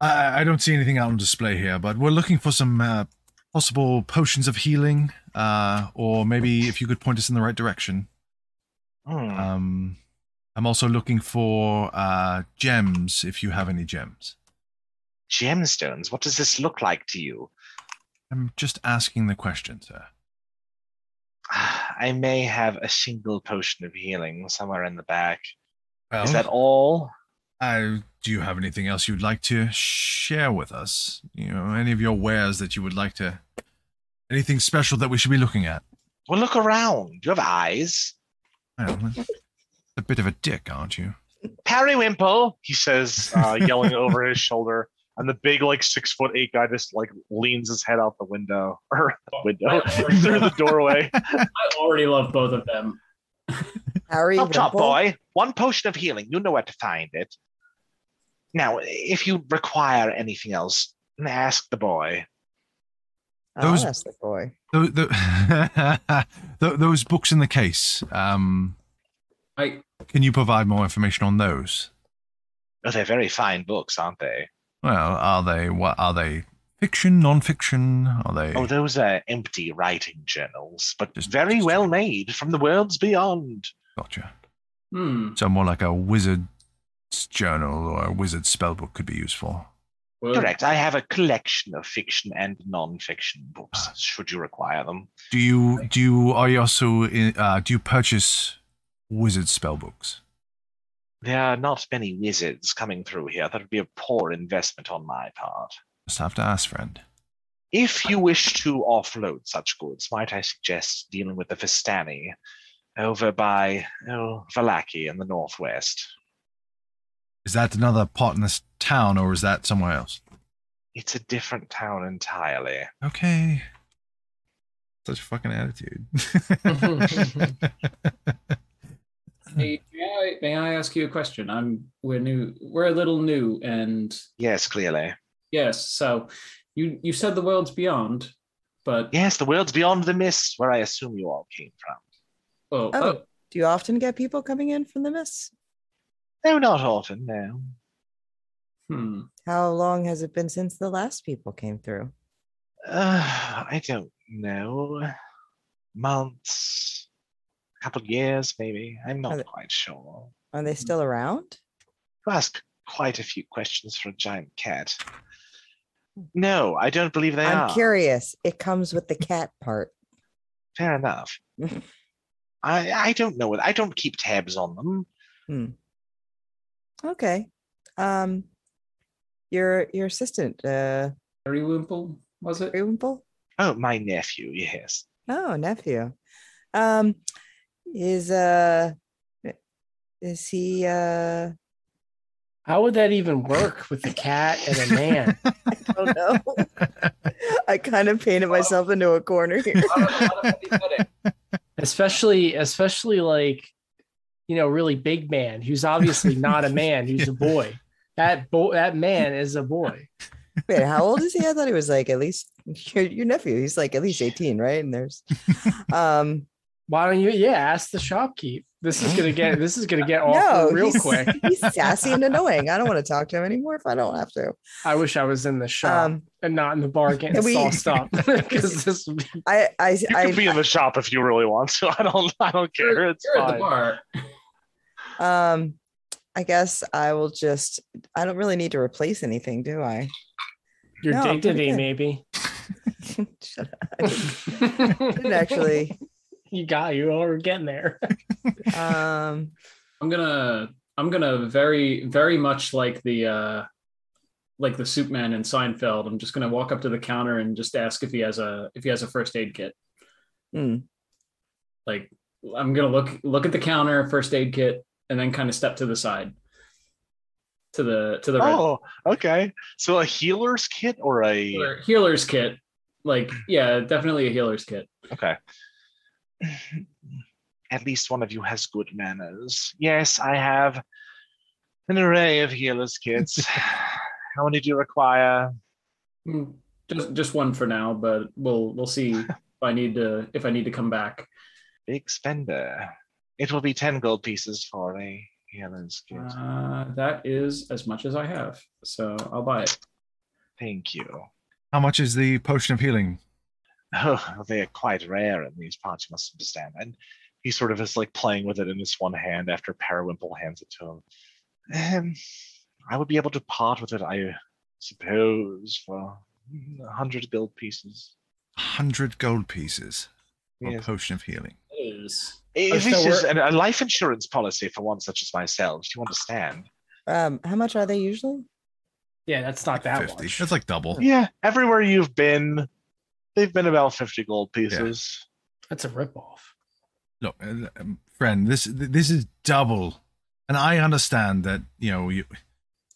A: I I don't see anything out on display here, but we're looking for some uh, possible potions of healing, uh, or maybe if you could point us in the right direction.
B: Hmm.
A: Um, I'm also looking for uh, gems if you have any gems.
B: Gemstones. What does this look like to you?
A: I'm just asking the question, sir.
B: I may have a single potion of healing somewhere in the back.
A: Well,
B: Is that all?
A: Uh, do you have anything else you'd like to share with us? You know, any of your wares that you would like to, anything special that we should be looking at?
B: Well, look around. You have eyes.
A: Well, a bit of a dick, aren't you?
B: Periwinkle, he says, uh, yelling over his shoulder. And the big, like six foot eight guy just like leans his head out the window or window through the doorway.
C: I already love both of them.
D: Harry
B: Up top,
D: Wimple?
B: boy. One potion of healing. You know where to find it. Now, if you require anything else, ask the boy.
D: Oh,
A: Those-
D: that's the boy.
A: Tho- tho- tho- those books in the case. Um,
C: I
A: can you provide more information on those?
B: Oh, they're very fine books, aren't they?
A: Well, are they what are they? Fiction, non-fiction? Are they?
B: Oh, those are empty writing journals, but
A: Just-
B: very
A: just-
B: well made from the worlds beyond.
A: gotcha.
C: hmm.
A: So more like a wizard's journal or a wizard's spellbook could be useful.
C: Well,
B: Correct. I have a collection of fiction and non-fiction books,
A: Ah.
B: should you require them.
A: Do you do you are you also in, uh, do you purchase wizard spellbooks?
B: There are not many wizards coming through here. That would be a poor investment on my part.
A: Just have to ask, friend.
B: If you wish to offload such goods, might I suggest dealing with the Vistani over by oh, Valaki in the northwest?
A: Is that another part in this town, or is that somewhere else?
B: It's a different town entirely.
A: Okay. Such a fucking attitude.
C: Hey, may, I, may I ask you a question? I'm we're new. We're a little new, and
B: Yes, clearly.
C: yes. So, you you said the world's beyond, but
B: Yes, the world's beyond the mist, where I assume you all came from.
C: well,
D: Oh.
C: oh,
D: Do you often get people coming in from the mist?
B: No, not often, no.
C: hmm.
D: How long has it been since the last people came through?
B: Uh, I don't know. Months, couple years, maybe. I'm
D: Are they-
B: not quite sure.
D: Are
E: Mm.
D: they still around?
B: You ask quite a few questions for a giant cat. No, I don't believe they
D: I'm
B: are.
D: curious. It comes with the cat part.
B: Fair enough.
D: Mhm.
B: I I don't know. I don't keep tabs on them.
D: Okay. Um, your your assistant, uh,
C: Periwinkle was it?
D: Wimple?
B: Oh, my nephew. Yes.
D: Oh, nephew. Um, is uh, is he uh?
E: How would that even work with a cat and a man?
D: I don't know. I kind of painted myself into a corner here.
C: I don't know how the fuck he said it.
E: especially especially like you know really big man who's obviously not a man who's a boy that boy that man is a boy
D: Wait, how old is he? I thought he was like at least your, your nephew. He's like at least eighteen, right? And there's, um,
E: why don't you yeah ask the shopkeep This is gonna get this is gonna get awkward
D: No,
E: real
D: he's-
E: quick.
D: He's sassy and annoying. I don't want to talk to him anymore if I don't have to.
E: I wish I was in the shop
D: Um,
E: and not in the bar getting
D: we-
E: sauced up because this would be
D: I, I,
B: You
D: I,
B: could be in the shop if you really want to. I don't. I don't care. It's
C: You're at the
B: fine.
C: bar.
D: Um, I guess I will just. I don't really need to replace anything, do I?
E: your
D: No, I'm pretty
E: dignity,
D: good.
E: maybe.
D: Shut up. Didn't Actually,
E: you got you all were getting there.
D: um,
C: I'm gonna I'm gonna very very much like the uh like the soup man in Seinfeld. I'm just gonna walk up to the counter and just ask if he has a if he has a first aid kit.
D: hmm.
C: Like I'm gonna look look at the counter, first aid kit, and then kind of step to the side. To the to the red-
B: Oh, okay. So a healer's kit or a
C: healer- healer's kit. Like, yeah, definitely a healer's kit.
B: okay. At least one of you has good manners. Yes, I have an array of healer's kits. How many do you require?
C: Mm, Just just one for now, but we'll we'll see if I need to if I need to come back.
B: Big spender. It will be ten gold pieces for a healer's kit.
C: Uh, that is as much as I have, so I'll buy it.
B: Thank you.
A: How much is the potion of healing?
B: oh, they are quite rare in these parts, you must understand. And he sort of is like playing with it in his one hand after Periwimple hands it to him. Um, I would be able to part with it, I suppose, for a hundred gold pieces.
A: Hundred gold pieces for
B: Yes.
A: a potion of healing.
C: It is.
B: If
E: so
B: this is
E: we're-
B: an- a life insurance policy for one such as myself, do you understand?
D: Um, how much are they usually?
E: Yeah, that's not that
A: Fifty.
E: much.
A: That's like double.
B: Yeah, everywhere you've been, they've been about fifty gold pieces.
E: That's a ripoff.
A: look, uh, um, friend, this this is double, and I understand that you know you,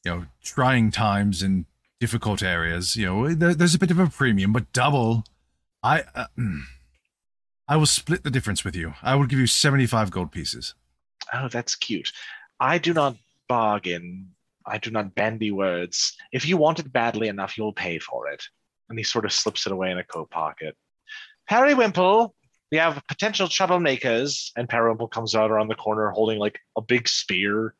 A: you know trying times and difficult areas. You know, there, there's a bit of a premium, but double, I. Uh, mm. I will split the difference with you. I will give you 75 gold pieces.
B: Oh, that's cute. I do not bargain. I do not bandy words. If you want it badly enough, you'll pay for it. And he sort of slips it away in a coat pocket. Periwimple, we have potential troublemakers. And Periwimple comes out around the corner holding like a big spear.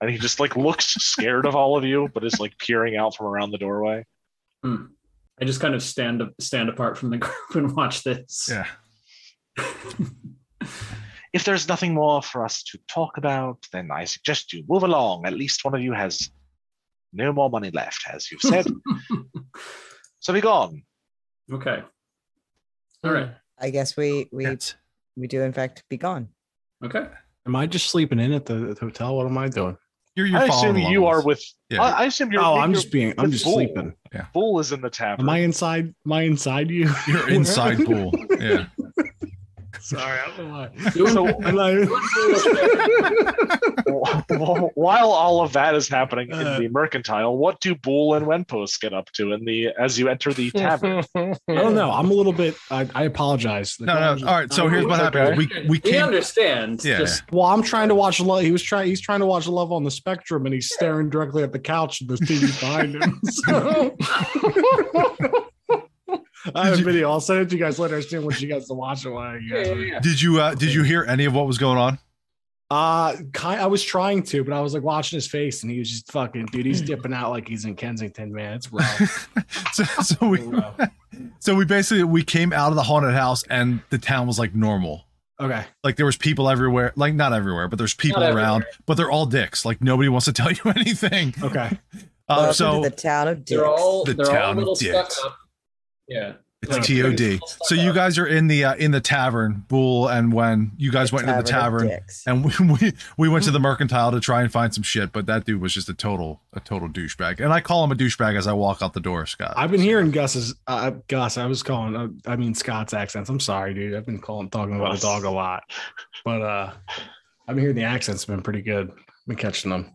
B: And he just like looks scared of all of you, but is like peering out from around the doorway.
C: Hmm. I just kind of stand stand apart from the group and watch this.
A: Yeah.
B: If there's nothing more for us to talk about, then I suggest you move along. At least one of you has no more money left, as you've said. so be gone.
C: okay.
B: Hmm.
C: All right.
D: I guess we we
A: Yes.
D: we do in fact be gone.
C: Okay.
G: Am I just sleeping in at the, at the hotel? What am I doing?
A: You're, you're
B: I
A: following
B: assume
A: along
B: you
A: with
B: are
A: us.
B: with.
A: Yeah.
B: I, I assume you're.
G: Oh,
B: you're-
G: I'm just being. I'm
B: with
G: just
B: Bull.
G: sleeping.
B: Bull is in the tavern.
G: Am I inside? Am I inside you?
A: You're inside pool. Yeah.
G: Sorry, I don't know why.
B: So-
G: I'm like-
B: While all of that is happening
G: Uh.
B: in the mercantile, what do Bull and Wenpost get up to in the as you enter the tavern?
G: I don't know. I'm a little bit. I, I apologize. The
A: No,
G: guy-
A: no. All right. So here's what happens. We we
C: Oh, We
A: came.
C: understand.
A: Yeah.
C: Just
G: Well, I'm trying to watch love. He was trying. He's trying to watch Love on the Spectrum, and he's staring directly at the couch and the TV behind him. So- I have a video. I'll send it to you guys later. I understand what you guys to watch it. While uh, you guys are-
A: Did you uh did you hear any of what was going on?
G: Uh, kind, I was trying to, but I was like watching his face, and he was just fucking dude. He's dipping out like he's in Kensington, man. It's rough.
A: so, so
C: Oh,
A: we
G: Wow.
A: so we basically we came out of the haunted house and the town was like normal
G: Okay,
A: like there was people everywhere like not everywhere but there's people
C: Not
A: around but they're all dicks like nobody wants to tell you anything
G: okay.
A: uh,
D: Welcome
A: so
D: to the town of
C: Oh,
A: The
C: they're all
D: dicks.
C: they're all a
A: town
C: little
A: dicks.
C: stuck up. Yeah.
A: it's tod so you guys are in the uh, in the tavern bull and when you guys went into the
D: Tavern of
A: tavern
D: Dicks.
A: and we, we we went to the mercantile to try and find some shit but that dude was just a total a total douchebag and i call him a douchebag as i walk out the door scott
G: I've been hearing Gus's. Uh, Gus, I was calling. Uh, I mean Scott's accents. I'm sorry, dude. I've been calling talking about the dog a lot, but uh, I've been hearing the accents have been pretty good. been catching them.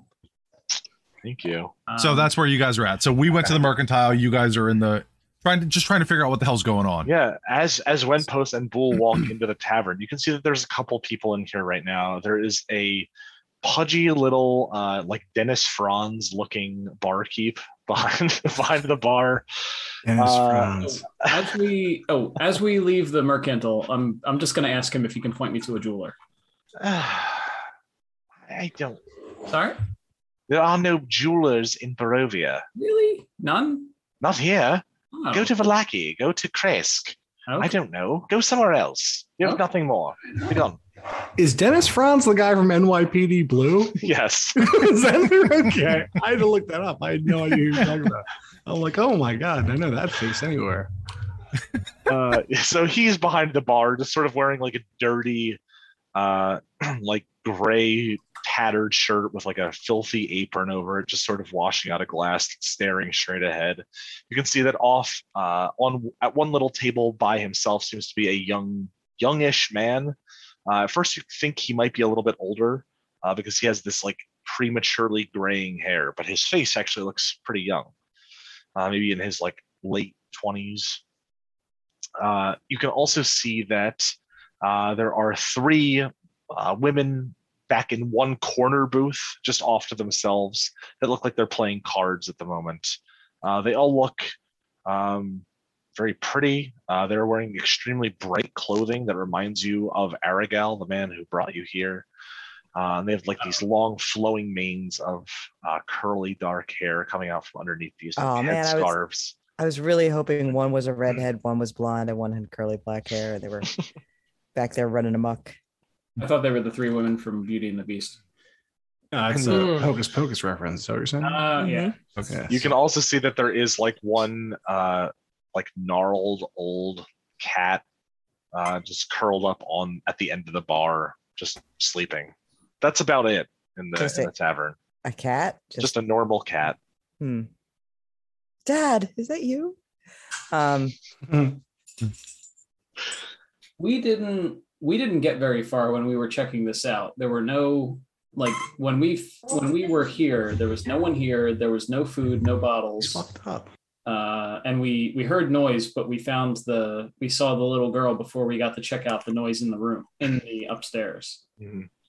B: Thank you.
A: so that's where you guys are at so we went to the mercantile you guys are in the trying to just trying to figure out what the hell's going on
B: Yeah, as as Wenpost and Bull walk into the tavern, you can see that there's a couple people in here right now. There is a pudgy little uh like Dennis Franz looking barkeep behind behind the bar.
G: And his
B: Uh,
G: friends.
C: as we oh as we leave the mercantile, I'm I'm just gonna ask him if he can point me to a jeweler.
B: I don't.
C: Sorry?
B: There are no jewelers in Barovia.
C: Really? None?
B: Not here.
C: Oh,
B: Go to Valaki. Go to Kresk. I
C: okay.
B: don't know. Go somewhere else. You have
C: Okay.
B: nothing more. Be gone.
G: Is Dennis Franz the guy from NYPD Blue?
B: Yes.
G: Is that okay? I had to look that up. I had no idea who you're talking about. I'm like, oh my god, I know that face anywhere.
B: uh, so he's behind the bar, just sort of wearing like a dirty, uh, like gray tattered shirt with like a filthy apron over it, just sort of washing out a glass, staring straight ahead. You can see that off uh, on at one little table by himself seems to be a young, youngish man. Uh, at first, you think he might be a little bit older uh, because he has this like prematurely graying hair, but his face actually looks pretty young, uh, maybe in his like late twenties. Uh, you can also see that uh, there are three uh, women back in one corner booth, just off to themselves, that look like they're playing cards at the moment. Uh, they all look um, very pretty. Uh, they're wearing extremely bright clothing that reminds you of Aragal, the man who brought you here. Uh, and they have like these long flowing manes of uh, curly dark hair coming out from underneath these like,
D: Aw, man, I was-
B: scarves.
D: I was really hoping one was a redhead, one was blonde, and one had curly black hair, and they were back there running amok.
C: I thought they were the three women from Beauty and the Beast.
G: Uh, it's a
E: Mm.
G: Hocus Pocus reference. So you're saying?
C: Uh,
B: Mm-hmm.
C: yeah.
D: Mm-hmm.
F: Okay.
B: You can also see that there is like one uh like gnarled old cat uh just curled up on at the end of the bar, just sleeping. That's about it in the,
D: Just
B: in
D: a-
B: the tavern.
D: A cat?
B: Just, a normal cat.
D: hmm. Dad, is that you? Um,
C: we didn't we didn't get very far when we were checking this out there were no like when we when we were here there was no one here there was no food no
G: It's
C: bottles
G: fucked up.
C: uh, and we we heard noise but we found the we saw the little girl before we got to check out the noise in the room in the upstairs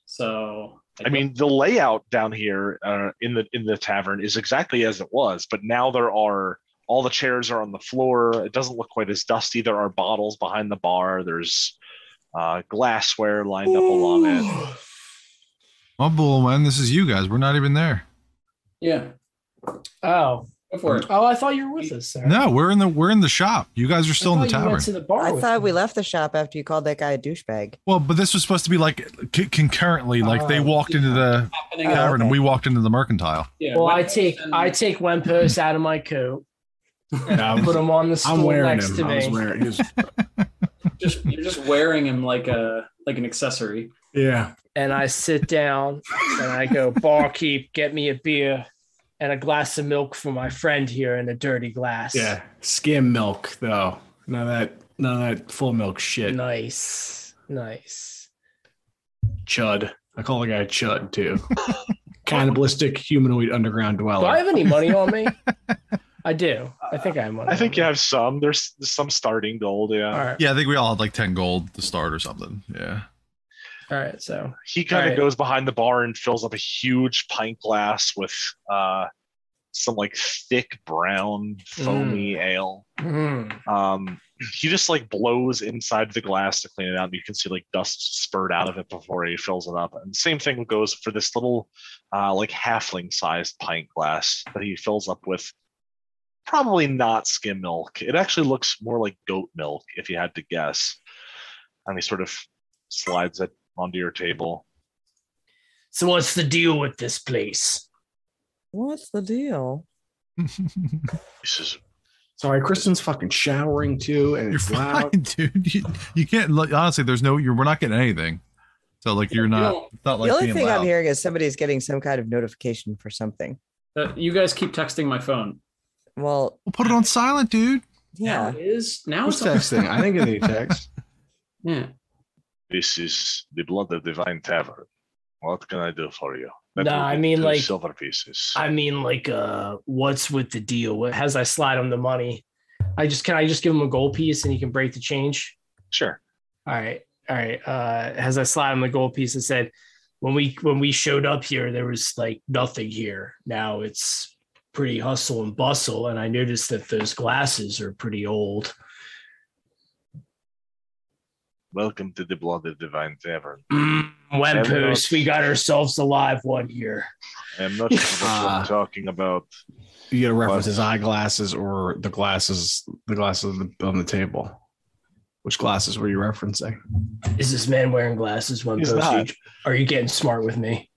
C: so
B: I mean, the layout down here uh, in the in the tavern is exactly as it was, but now there are all the chairs are on the floor. It doesn't look quite as dusty. There are bottles behind the bar. There's uh, glassware lined up along it.
A: Oh,
F: My bull, man, this is you guys. We're not even there.
C: yeah
E: Oh,
C: go for it
E: oh, I thought you were with us. Sarah.
F: No, we're in the we're in the shop. You guys are still in
E: I
F: the
E: thought you
F: tavern.
E: Went to the
A: Oh,
E: bar.
D: I
E: with
D: thought
E: me.
D: we left the shop after you called that guy a douchebag.
F: Well, but this was supposed to be like c- concurrently. Like they
E: Oh,
F: walked into the
C: happening
D: Oh,
F: tavern and
D: okay.
F: we walked into the mercantile.
C: yeah,
E: Uh, Well,
C: when-
E: I take I take one post out of my coat,
G: Yeah, I'm,
E: put him on the
G: I'm
E: stool
G: wearing
E: next
G: him.
E: to
G: I was
E: me.
G: wearing his.
C: just you're just wearing him like a like an accessory
G: Yeah.
E: and I sit down and I go, barkeep, get me a beer and a glass of milk for my friend here in a dirty glass.
G: Yeah. Skim milk though. None of that. None of that full milk shit.
E: Nice. Nice.
G: Chud. I call the guy Chud too. Cannibalistic humanoid underground
E: Do I
G: dweller.
E: have any money on me? I do. I think I have money.
B: I think
E: on
B: you have some. There's some starting gold. Yeah.
E: me. All right.
F: Yeah, I think we all had like ten gold to start or something. Yeah.
E: All right. So
B: He kind of
E: Alright.
B: goes behind the bar and fills up a huge pint glass with uh, some like thick brown foamy ale.
E: mm,
B: Um, he just like blows inside the glass to clean it out. And you can see like dust spurt out of it before he fills it up. And same thing goes for this little uh, like halfling sized pint glass that he fills up with probably not skim milk. It actually looks more like goat milk if you had to guess. And he sort of slides it onto your table.
E: so what's the deal with this place?
D: What's the deal?
B: He says,
G: Sorry, Kristen's fucking showering too, and
F: You're
G: it's
F: fine,
G: loud.
F: dude. You, you can't like, honestly. There's no. You're, we're not getting anything. So like you're not.
C: don't-
F: It's not like
D: the only
F: being
D: thing
F: loud.
D: I'm hearing is somebody's getting some kind of notification for something.
C: Uh, you guys keep texting my phone
D: Well,
F: We'll put it on silent, dude.
D: yeah.
C: now it is now
G: Who's
C: it's on-
G: texting? I didn't get any text.
C: yeah
B: This is the blood of divine tavern. What can I do for you?
E: Nah,
B: will
E: I
B: be
E: mean,
B: two
E: like,
B: silver pieces.
E: I mean, like, uh, what's with the deal? What has I slide him the money? I just can I just give him a gold piece and he can break the change?
B: sure.
E: All right. All right. Uh as I slide on the gold piece and said, when we when we showed up here, there was like nothing here. Now it's pretty hustle and bustle. And I noticed that those glasses are pretty old.
B: Welcome to the blood of divine tavern.
E: Mm, Webpost, we got ourselves a live one here.
B: I'm not sure what
G: Ah.
B: I'm talking about.
G: You gotta reference
B: What?
G: his eyeglasses or the glasses, the glasses on the, on the table. Which glasses were you referencing?
E: Is this man wearing glasses? One
B: He's
E: postage. Are you getting smart with me?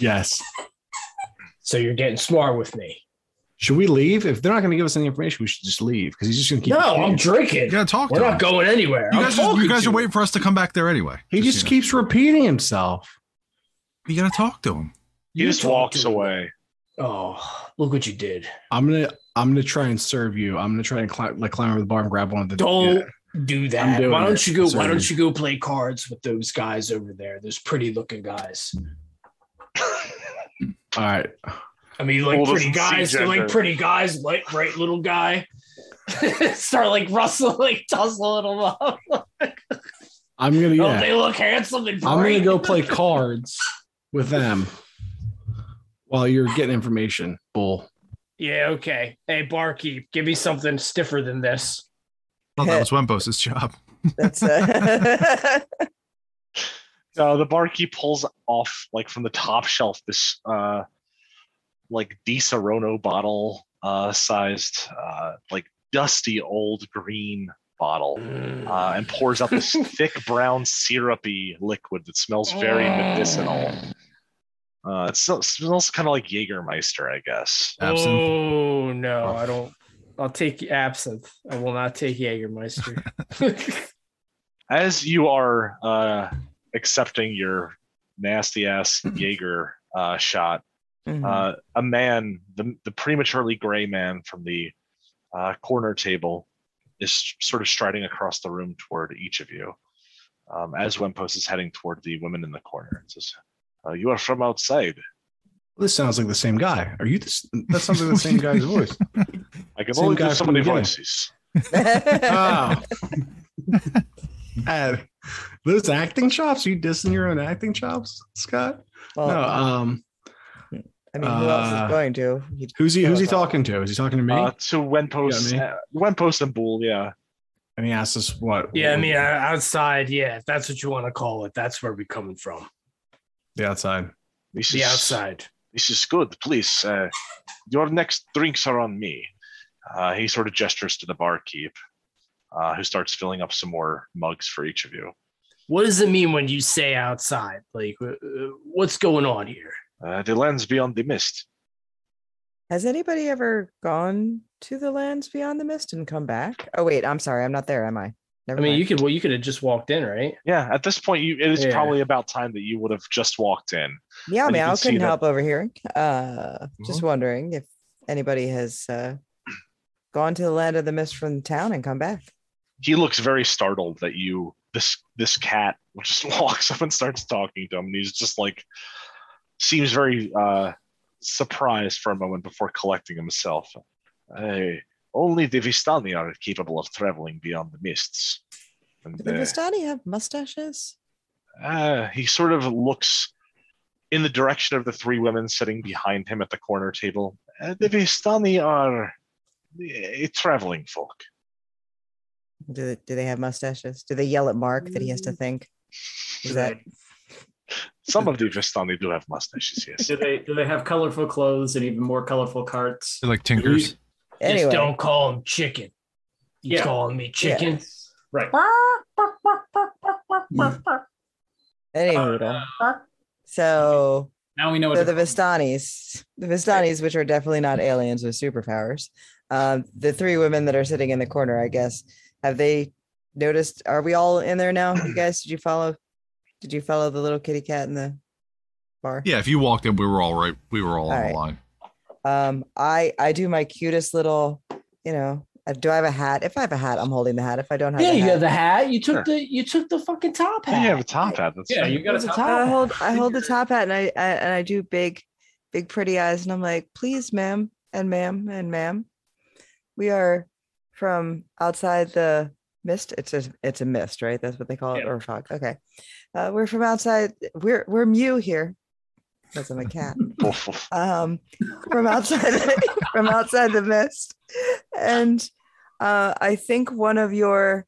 G: yes.
E: so you're getting smart with me.
G: Should we leave? If they're not gonna give us any information, we should just leave because he's just gonna keep.
E: No, I'm drinking.
F: You gotta talk
E: We're
F: to
E: not
F: him.
E: going anywhere.
F: You
E: I'm
F: guys, are, you
E: talking
F: guys
E: to
F: are
E: you.
F: waiting for us to come back there anyway.
G: he just,
F: you know.
G: keeps repeating himself.
F: You gotta talk to him.
B: He
E: You
B: just
E: talk
B: walks
E: to him.
B: away.
E: Oh, look what you did.
G: I'm gonna, I'm gonna try and serve you. I'm gonna try and climb, like climb over the bar and grab one of the.
E: Don't
G: Yeah.
E: do
G: I'm
E: that.
G: doing
E: Why don't
G: it.
E: you go? Why
G: Sorry.
E: don't you go play cards with those guys over there? Those pretty looking guys.
G: All right.
E: I mean, like
B: Well, this
E: pretty
B: is
E: guys,
B: C-gender.
E: like pretty guys, like right little guy. Start like rustling, like tussling them up.
G: I'm gonna.
E: Oh,
G: Yeah.
E: they look handsome and
G: I'm gonna
E: great.
G: go play cards with them while you're getting information. Bull.
E: Yeah, okay. Hey, barkeep, give me something stiffer than this.
F: I thought that was Wempos' job.
D: That's uh,
B: Uh, the barkeep pulls off, like from the top shelf, this uh, like Di Serono bottle uh, sized, uh, like dusty old green bottle, uh, and pours out this thick brown syrupy liquid that smells very
E: Mm.
B: medicinal. Uh, it smells, smells kind of like Jägermeister, I guess.
F: Absinthe.
E: Oh no, I don't. I'll take absinthe. I will not take Jägermeister.
B: as you are uh, accepting your nasty ass Jaeger uh, shot,
G: Hmm.
D: mhm.
B: uh, a man, the, the prematurely gray man from the uh, corner table, is s- sort of striding across the room toward each of you. Um, as Wempos is heading toward the women in the corner, and says, uh, "You are from outside.
G: This sounds like the same guy. Are you this? That sounds like the same guy's voice.
B: I can
G: Same
B: only
G: guy
B: do so
G: from
B: many
G: the beginning.
B: voices."
D: Mm.
G: Oh. Ed, those acting chops? You dissing your own acting chops,
E: Uh,
G: Scott?
D: Well,
G: no. Um.
D: I mean, who else
G: uh,
D: is going to? He-
G: Who's he? Who's
E: uh,
G: he talking to? Is he talking to me?
B: Uh, to Wenpos,
G: You got
B: uh, Wenpos and Bull, yeah.
G: and he asks us what?
E: yeah, I mean, uh, outside. Yeah, if that's what you want to call it, that's where we're coming from. uh,
G: the outside.
B: This
E: The
B: is-
E: outside.
B: this is good. Please, uh, your next drinks are on me. Uh, he sort of gestures to the barkeep, uh, who starts filling up some more mugs for each of you.
E: What does it mean when you say outside? Like, uh, what's going on here?
B: Uh, the lands beyond the mist.
D: Has anybody ever gone to the lands beyond the mist and come back? Oh wait, I'm sorry, I'm not there, am I?
E: I
D: Never
E: mean,
D: mind.
E: you could. Well, you could have just walked in, right?
B: Yeah, at this point, you, it is
E: Yeah.
B: probably about time that you would have just walked in.
D: yeah, I
B: and you
D: mean, I
B: can see
D: couldn't
B: that-
D: help overhearing. Uh, just wondering if anybody has uh, gone to the land of the mist from town and come back.
B: He looks very startled that you this this cat just walks up and starts talking to him, and he's just like seems very uh, surprised for a moment before collecting himself. Hey, only the Vistani are capable of traveling beyond the mists. And,
D: Do the
B: uh,
D: Vistani have mustaches?
B: Ah, he sort of looks in the direction of the three women sitting behind him at the corner table. Uh, the Vistani are a traveling folk.
D: Do they, do they have mustaches? Do they yell at Mark that he has to think? Is that
B: Some of the Vistani do have mustaches, yes.
C: Do they do they have colorful clothes and even more colorful carts?
F: They're like tinkers.
D: anyway?
E: Just don't call him chicken. You
C: Yeah.
E: calling me chicken?
C: Right.
D: Any
E: Uh,
D: noodle. So,
C: Now we know what
D: so
C: to
D: the Vistanis, the Vistanis, which are definitely not aliens with superpowers, um, the three women that are sitting in the corner, I guess, have they noticed? Are we all in there now? You guys, did you follow? Did you follow the little kitty cat in the bar?
F: Yeah, if you walked in, we were all right. We were all on
D: Alright.
F: the line.
D: Um, I I do my cutest little, you know. uh, Do I have a hat? If I have a hat, I'm holding the hat. If I don't have,
E: Yeah,
D: a
E: you
D: hat,
E: got the hat. You took
B: Sure.
E: the you took the fucking top
B: You have
E: hat.
B: a top hat. That's
C: Yeah, you got a
E: What's
C: top
E: a
D: I
E: hat?
D: hold I hold the top hat and I, I and I do big, big pretty eyes and I'm like, please, ma'am and ma'am and ma'am, we are from outside the mist. It's a it's a mist, right? That's what they call it
C: Yeah.
D: or fog. Okay, uh, we're from outside. We're we're Mew here because I'm a cat. Um, from outside from outside the mist, and uh, I think one of your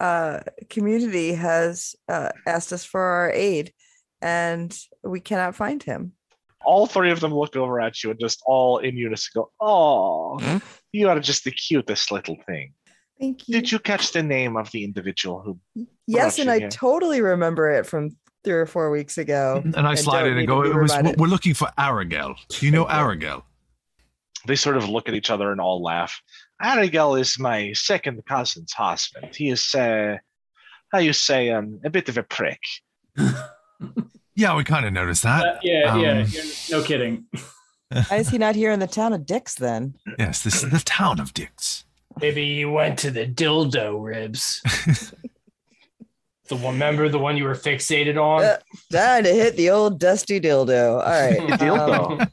D: uh, community has uh, asked us for our aid, and we cannot find him.
B: All three of them look over at you and just all in unison go, "Oh, you are just the cutest little thing."
D: Thank you.
B: Did you catch the name of the individual who?
D: yes, and
B: you
D: I
B: here?
D: totally remember it from three or four weeks ago.
A: And I
D: And
A: slide
D: don't
A: in
D: need
A: and
D: to
A: go,
D: be
A: it was,
D: reminded.
A: we're looking for Aragel. Do you know Aragel?
B: They sort of look at each other and all laugh. Arigel is my second cousin's husband. He is, uh, how you say, um, a bit of a prick.
A: Yeah, we kind of noticed that.
C: Uh, yeah, yeah.
A: Um,
C: you're- No kidding.
D: Why is he not here in the town of Dix then?
A: Yes, this is the town of Dix.
E: Maybe you went to the dildo ribs. the one, remember the one you were fixated on?
D: Uh, Time to hit the old dusty dildo. All right.
B: Dildo.
D: um,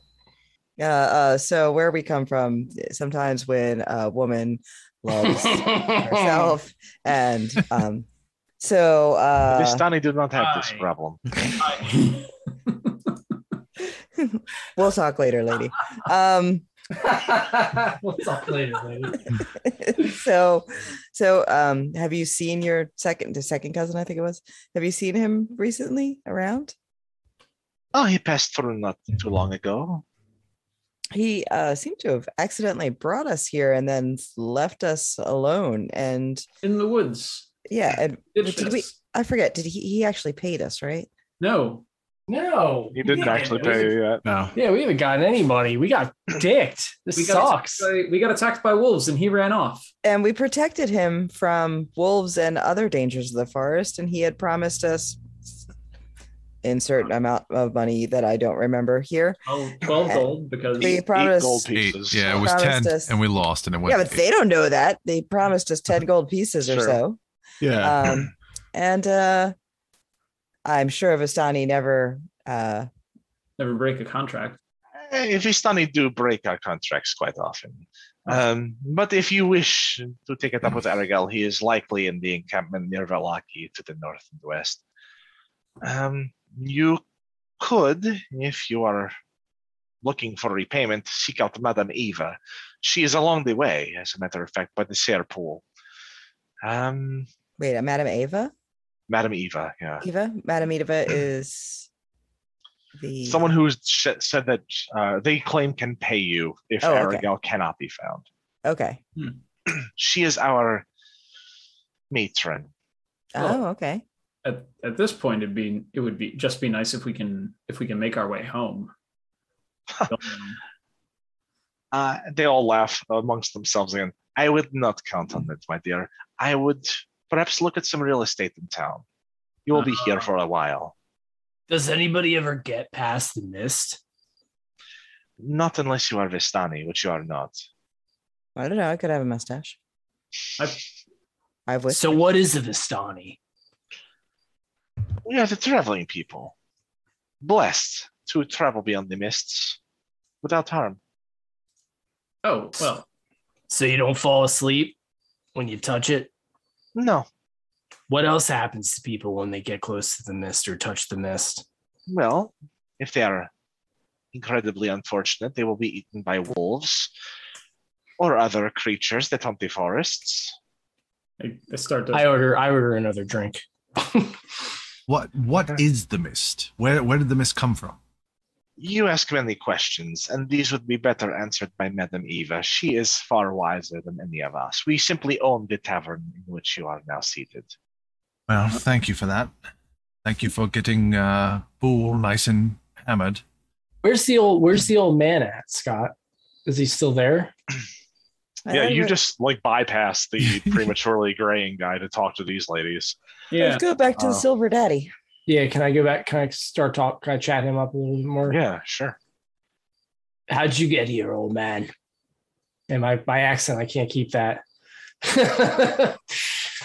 D: uh, uh, so where we come from, sometimes when a woman loves herself and um so
B: this
D: uh
B: Donny did not have this
E: Hi.
B: problem.
D: we'll talk later, lady. Um
E: We'll talk later, lady.
D: so so um have you seen your second the second cousin, I think it was? Have you seen him recently around?
B: Oh, he passed through not too long ago.
D: he uh, seemed to have accidentally brought us here and then left us alone. And
C: In the woods.
D: yeah, and
C: Ditched
D: Did we-
C: us.
D: I forget, did he? He actually paid us, right?
C: No.
E: No,
B: He didn't
E: Yeah,
B: actually
E: it was-
B: pay uh, you yet.
G: No.
E: Yeah, we haven't gotten any money. We got dicked. This
C: We got
E: sucks.
C: attacked by- we got attacked by wolves and he ran off.
D: And we protected him from wolves and other dangers of the forest. And he had promised us insert amount of money that I don't remember here.
C: Oh, 12 gold because
D: He promised-
B: gold
F: Eight.
B: pieces.
F: Yeah, it was
D: Promised
F: ten,
D: us-
F: and we lost, and it went.
D: yeah, but
F: to eight.
D: they don't know that. They promised us ten gold pieces or
B: Sure.
D: so.
E: uh,
G: Yeah.
D: Um, and uh, I'm sure Vistani never. Uh,
C: never break a contract.
B: Eh, If he's done, he do break our contracts quite often.
D: Mm.
B: Um, but if you wish to take it up with Aragel, he is likely in the encampment near Valaki to the north and west. Um, you could, if you are looking for repayment, seek out Madame Eva. She is along the way, as a matter of fact, by the Seer Pool. Um,
D: wait, Madam Ava.
B: Madame Eva, yeah.
D: Eva, Madame Eva is the
B: Someone who sh- said that uh, they claim can pay you if
D: Oh, okay.
B: Aragel cannot be found.
D: Okay.
B: she is our matron.
D: Oh,
C: Oh.
D: okay.
C: At, at this point, it'd be it would be just be nice if we can if we can make our way home. Don't know.
B: Uh, they all laugh amongst themselves again. I would not count on it, my dear. I would perhaps look at some real estate in town. You will be here for a while.
E: Does anybody ever get past the mist?
B: Not unless you are Vistani, which you are not.
D: I don't know. I could have a mustache.
C: I-
D: I've with
E: So what is the Vistani?
B: We are the traveling people, blessed to travel beyond the mists without harm.
C: Oh well,
E: So you don't fall asleep when you touch it?
B: No,
E: What else happens to people when they get close to the mist or touch the mist?
B: well, if they are incredibly unfortunate, they will be eaten by wolves or other creatures that haunt the forests.
C: I, I start to
E: I order I order another drink.
A: What what is the mist? Where where did the mist come from?
B: You ask many questions, and these would be better answered by Madame Eva. She is far wiser than any of us. We simply own the tavern in which you are now seated.
A: Well, thank you for that. Thank you for getting uh Bool nice and hammered.
E: Where's the old Where's the old man at, Scott? Is he still there?
D: I
B: yeah,
D: thought
B: you
D: it-
B: just like bypass the prematurely graying guy to talk to these ladies.
C: yeah.
D: Let's go back to the
B: Oh.
D: silver daddy.
E: Yeah, can I go back? Can I start talk? Can I chat him up a little bit more?
B: Yeah, sure.
E: How'd you get here, old man? And my my accent, I can't keep that.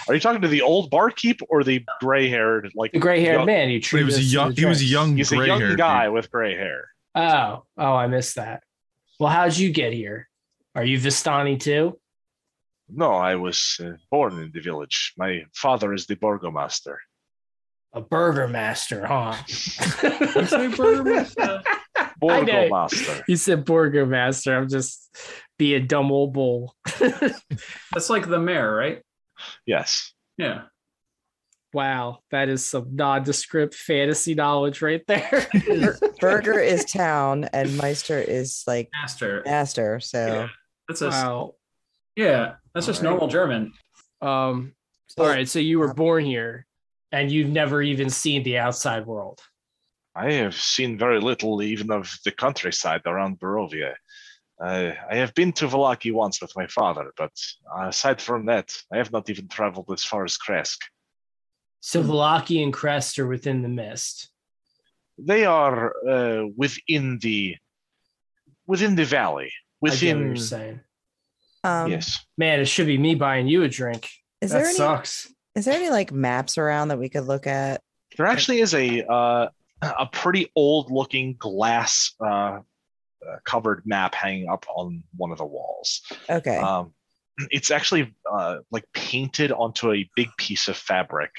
B: Are you talking to the old barkeep or the gray-haired like?
E: the gray haired
B: Young-
E: man. You
F: But he was a young. He was a young.
B: He's a
F: gray
B: young guy with gray hair.
E: Oh, oh, I missed that. Well, how'd you get here? Are you Vistani too?
B: No, I was uh, born in the village. My father is the burgomaster.
E: A burger master, huh?
C: You say Burgermaster?
E: I know.
B: Burgomaster.
E: He said burger master. I'm just being dumb old bull.
C: That's like the mayor, right?
B: Yes.
C: Yeah.
E: Wow, that is some nondescript fantasy knowledge right there.
D: Bur- Burger is town and Meister is like
C: Master.
D: master. So
C: Yeah. That's a
E: wow.
C: yeah. That's just
D: All right.
C: normal German.
E: Um, all right, so you were born here and you've never even seen the outside world.
B: I have seen very little even of the countryside around Barovia. Uh, I have been to Valaki once with my father, but aside from that, I have not even traveled as far as Kresk.
E: So Velaki and Crest are within the mist.
B: They are uh, within the within the valley,
E: I get what
B: within
E: you're saying.
D: um
B: yes.
E: Man, it should be me buying you a drink.
D: is
E: that
D: there any
E: sucks.
D: is there any like maps around that we could look at?
B: There actually is a uh, a pretty old looking glass uh, uh, covered map hanging up on one of the walls.
D: Okay.
B: Um, it's actually uh, like painted onto a big piece of fabric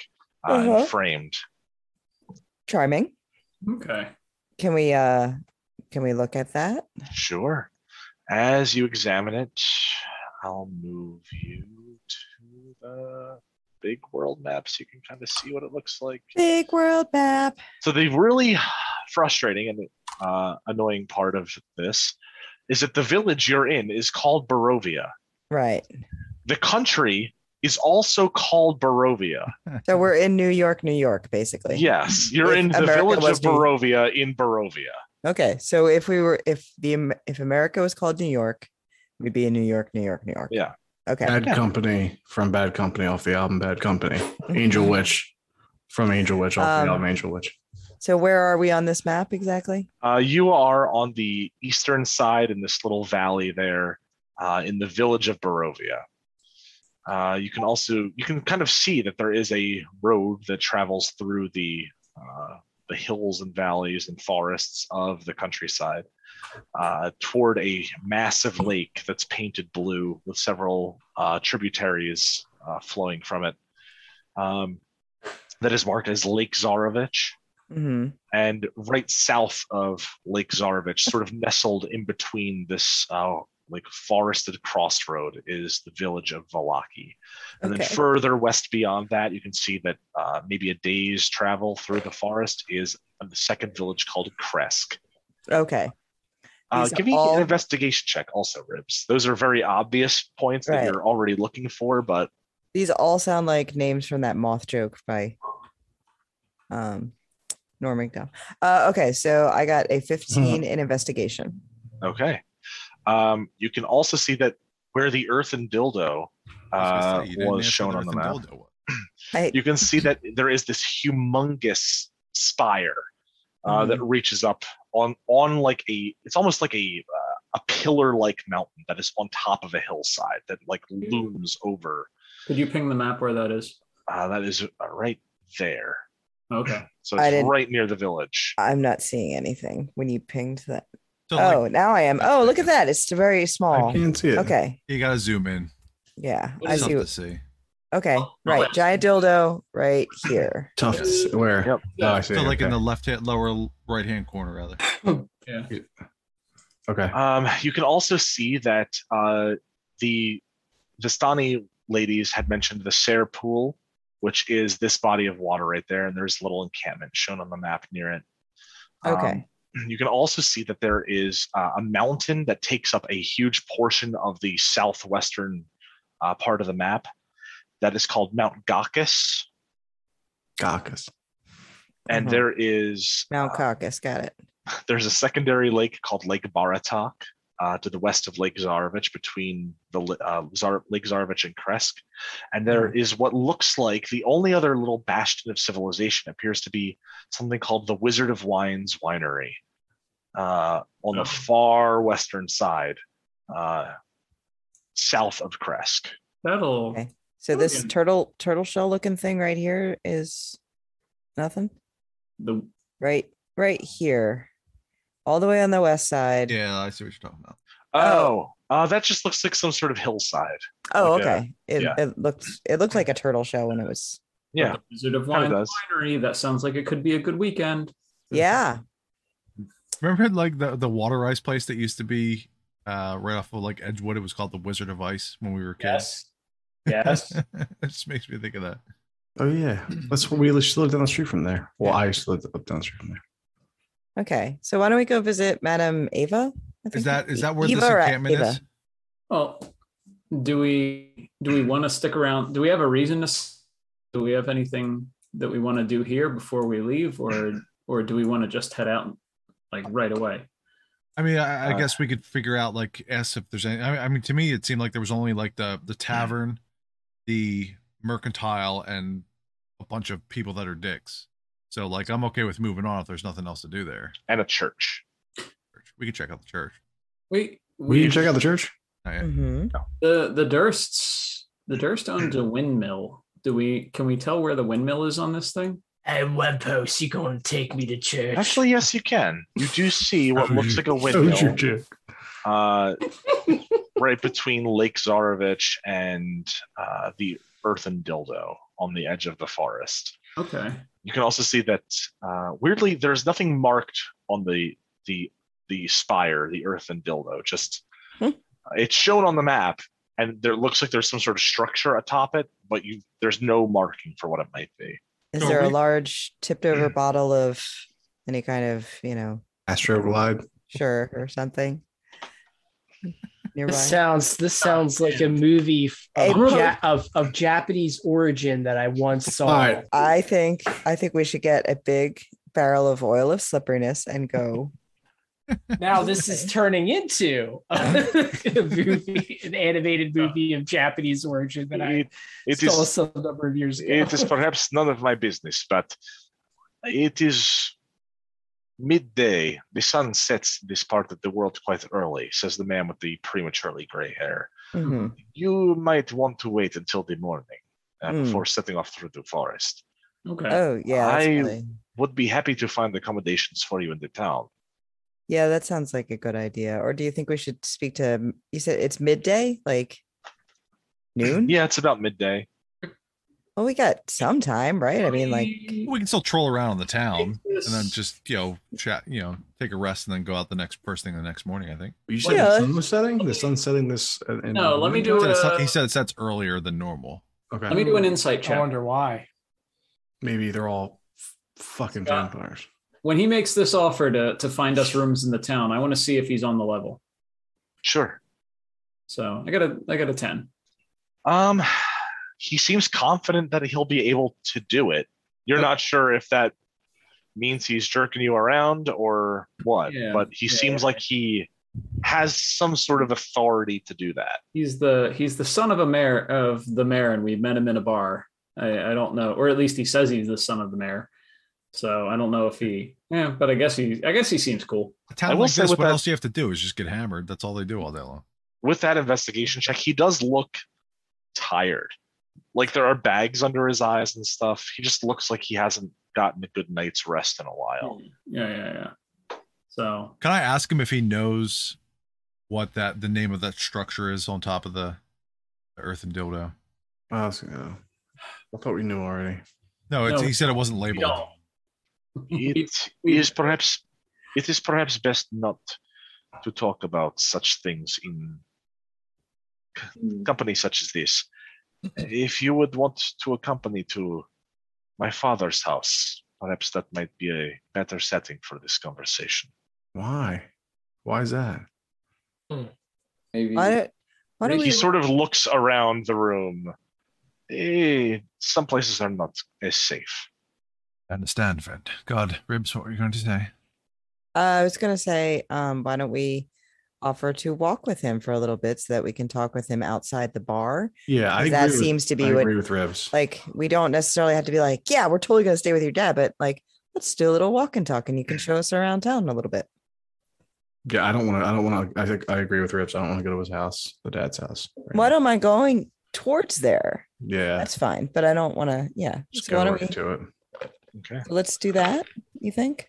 B: uh,
D: Uh-huh.
B: and framed.
D: Charming.
C: Okay.
D: Can we uh can we look at that?
B: Sure. As you examine it, I'll move you to the big world map so you can kind of see what it looks like.
D: Big world map.
B: So the really frustrating and uh, annoying part of this is that the village you're in is called Barovia.
D: Right.
B: The country is also called Barovia.
D: So we're in New York, New York, basically.
B: Yes, you're
D: If
B: in the
D: America
B: village
D: was
B: of
D: New-
B: Barovia in Barovia.
D: Okay. So if we were if the Am- if America was called New York, we'd be in New York, New York, New York.
B: Yeah.
D: Okay.
G: Bad Company from Bad Company off the album Bad Company. Angel Witch from Angel Witch off
D: Um,
G: the album Angel Witch.
D: So where are we on this map exactly?
B: Uh, you are on the eastern side in this little valley there, uh, in the village of Barovia. Uh, you can also you can kind of see that there is a road that travels through the uh, the hills and valleys and forests of the countryside uh, toward a massive lake that's painted blue with several uh, tributaries uh, flowing from it. Um, that is marked as Lake Zarovich
D: hmm
B: and right south of Lake Zarovich, sort of nestled in between this uh, like forested crossroad, is the village of Valaki. And
D: Okay.
B: then further west beyond that, you can see that uh, maybe a day's travel through the forest is the second village called Kresk.
D: Okay.
B: Uh,
D: These are
B: give me
D: all-
B: an investigation check, also, Ribs. Those are very obvious points
D: Right.
B: that you're already looking for, but
D: These all sound like names from that moth joke by um Norm MacDonald. Uh, okay, so I got a 15 in investigation.
B: okay. Um, you can also see that where the earth and dildo uh, was shown on the map.
D: I,
B: you can see that there is this humongous spire uh,
D: Mm-hmm.
B: that reaches up on on like a it's almost like a uh, a pillar like mountain that is on top of a hillside that like
D: Mm.
B: looms over
C: Could you ping the map where that is?
B: uh, that is uh, right there
C: Okay.
B: so
D: I
B: it's
D: didn't-
B: right near the village
D: I'm not seeing anything when you pinged that.
F: So
D: oh,
F: like,
D: now I am.
F: that's
D: Oh, look
F: it.
D: at that. It's very
G: I
D: small.
G: can't see it.
D: oh, Okay.
F: you gotta zoom in.
D: Yeah.
E: What
D: Oh. I
E: is
F: Tough
D: see.
F: to see.
D: Okay.
C: Oh,
D: Right.
C: okay.
D: Giant dildo right here.
G: Tough. to see- Where?
B: Yep.
G: Oh, I see.
F: So like in the
G: okay.
F: left hand, lower right hand corner, rather.
G: okay.
B: Um, you can also see that uh, the Vistani ladies had mentioned the Ser Pool, which is this body of water right there, and there's a little encampment shown on the map near it. Um,
D: Okay.
B: you can also see that there is uh, a mountain that takes up a huge portion of the southwestern uh, part of the map that is called Mount Gakis,
G: Caucus.
B: and
D: Mhm.
B: there is
D: Mount
B: uh,
D: Caucus. Got it.
B: there's a secondary lake called Lake Baratok uh, to the west of Lake Zarovich between the li- uh, Zar- Lake Zarovich and Kresk. And there is what looks like the only other little bastion of civilization appears to be something called the Wizard of Wines Winery uh, on
C: Oh.
B: the far western side, uh, south of Kresk.
C: That'll
D: Okay. So this
C: Brilliant.
D: turtle turtle shell looking thing right here is nothing.
C: the
D: Right right here. All the way on the west side.
F: Yeah, I see what you're talking about.
B: Oh, uh, that just looks like some sort of hillside.
D: Oh,
B: like a-
D: okay. It,
B: yeah.
D: it looked it looked like a turtle shell when it was.
B: Yeah.
C: the Wizard of
B: Kinda
C: Wine
B: does.
C: Winery. That sounds like it could be a good weekend.
D: Yeah.
F: Remember like the the water ice place that used to be uh right off of like Edgewood? It was called the Wizard of Ice when we were kids.
E: Yes. Yes.
F: it just makes me think of that.
G: Oh yeah, that's where we used to live down the street from there. Well, I used to live up down the street from there.
D: Okay, so why don't we go visit Madame Ava? I
F: Is
D: think
F: that
D: it-
F: is that where
D: Eva
F: this
D: or
F: encampment
D: Ava?
F: is?
C: Well, do we do we want to stick around? Do we have a reason to? s- Do we have anything that we want to do here before we leave, or or do we want to just head out like right away?
F: I mean, I, I
B: Uh,
F: guess we could figure out like ask if there's any. I mean, I mean, to me, it seemed like there was only like the the tavern, the mercantile, and a bunch of people that are dicks. So like, I'm okay with moving on if there's nothing else to do there.
B: and a church.
F: We could check out the church.
C: We
G: Will you check out the church?
F: Not yet.
D: Mhm.
C: the the Dursts. The Durst owns a windmill. Do we? Can we tell where the windmill is on this thing?
E: Hey, Webpost, you going to take me to church?
B: Actually, yes, you can. You do see what looks like a
G: Soju
B: windmill
G: chick.
B: uh, right between Lake Zarovich and uh, the earthen dildo on the edge of the forest.
C: Okay.
B: you can also see that uh, weirdly there's nothing marked on the the the spire the earth and dildo just
D: Hmm.
B: it's shown on the map and there looks like there's some sort of structure atop it but you there's no marking for what it might be
D: Is
F: So
D: there a
F: we- Mm.
D: large tipped over bottle of any kind of you know
G: Astroglide.
D: sure or something nearby?
E: This sounds this sounds like a movie f-
D: Hey,
E: of,
D: bro.
E: Ja- of, of Japanese origin that I once saw.
G: All right.
D: I think I think we should get a big barrel of oil of slipperiness and go.
E: Now this is turning into a movie, an animated movie of Japanese origin that I
B: it, it
E: saw
B: is
E: some number of years ago.
B: it is perhaps none of my business but it is midday the sun sets in this part of the world quite early says the man with the prematurely gray hair
D: Mhm.
B: you might want to wait until the morning uh,
D: Hmm.
B: before setting off through the forest.
C: Okay.
D: Oh yeah, that's
B: I-
D: probably-
B: Would be happy to find accommodations for you in the town.
D: yeah, that sounds like a good idea. Or do you think we should speak to? You said it's midday, like noon.
B: Yeah, it's about midday.
D: Well, we got some time, right? I mean, like
B: Mm-hmm.
F: We can still troll around in the town
C: Take this-
F: and then just you know chat, you know, take a rest and then go out the next first thing the next morning. I think.
G: You said
D: Yeah.
G: the sun was setting. The sun setting this. uh, in
C: No,
G: the
C: let me
G: morning?
C: do
F: He said, it's
C: a-
F: he said it sets earlier than normal.
G: Okay.
C: Let me do an insight
E: I
C: check.
E: wonder why.
G: Maybe they're all f- fucking
C: Scott.
G: vampires.
C: When he makes this offer to to find us rooms in the town, I want to see if he's on the level.
B: Sure.
C: So I got a I got a ten.
B: Um, he seems confident that he'll be able to do it. You're not sure if that means he's jerking you around or what,
C: Yeah,
B: but he
C: yeah,
B: seems
C: yeah.
B: like he has some sort of authority to do that.
C: He's the he's the son of a mayor of the mayor, and we met him in a bar. I, I don't know, or at least he says he's the son of the mayor. So I don't know if he. Yeah, but I guess he I guess he seems cool.
F: A town
B: will
F: like
B: say
F: this,
B: with
F: what
B: that-
F: else do you have to do? Is just get hammered. That's all they do all day long.
B: With that investigation check, he does look tired. Like there are bags under his eyes and stuff. He just looks like he hasn't gotten a good night's rest in a while.
C: Yeah, yeah, yeah. So
F: Can I ask him if he knows what that the name of that structure is on top of the, the earthen dildo?
G: I, was, uh, I thought we knew already.
F: No, it's,
C: No.
F: he said it wasn't
C: we
F: labeled.
C: don't.
B: it
C: we-
B: is perhaps it is perhaps best not to talk about such things in company such as this. If you would want to accompany to my father's house, perhaps that might be a better setting for this conversation.
G: Why? Why is that?
C: Maybe.
D: why don't why don't
B: he
D: we?
B: sort of looks around the room. Eh, some places are not as safe.
F: I understand, friend. God, ribs, what were you going to say?
D: Uh, I was gonna say, um, why don't we offer to walk with him for a little bit so that we can talk with him outside the bar?
G: Yeah, I
D: 'Cause
G: agree
D: that
G: with-
D: seems to be
G: I
D: what
G: agree with Revs.
D: like we don't necessarily have to be like, yeah, we're totally gonna stay with your dad, but like let's do a little walk and talk, and you can show us around town a little bit.
G: yeah, I don't want to. I don't want to. I think I agree with Revs. I don't want to go to his house, the dad's house. right
D: Why
G: now.
D: don't I going towards there?
G: Yeah,
D: That's fine, but I don't want to. Yeah,
G: just
D: so why
G: go
D: don't
G: right
D: we?
G: to it.
B: Okay.
D: Let's do that. You think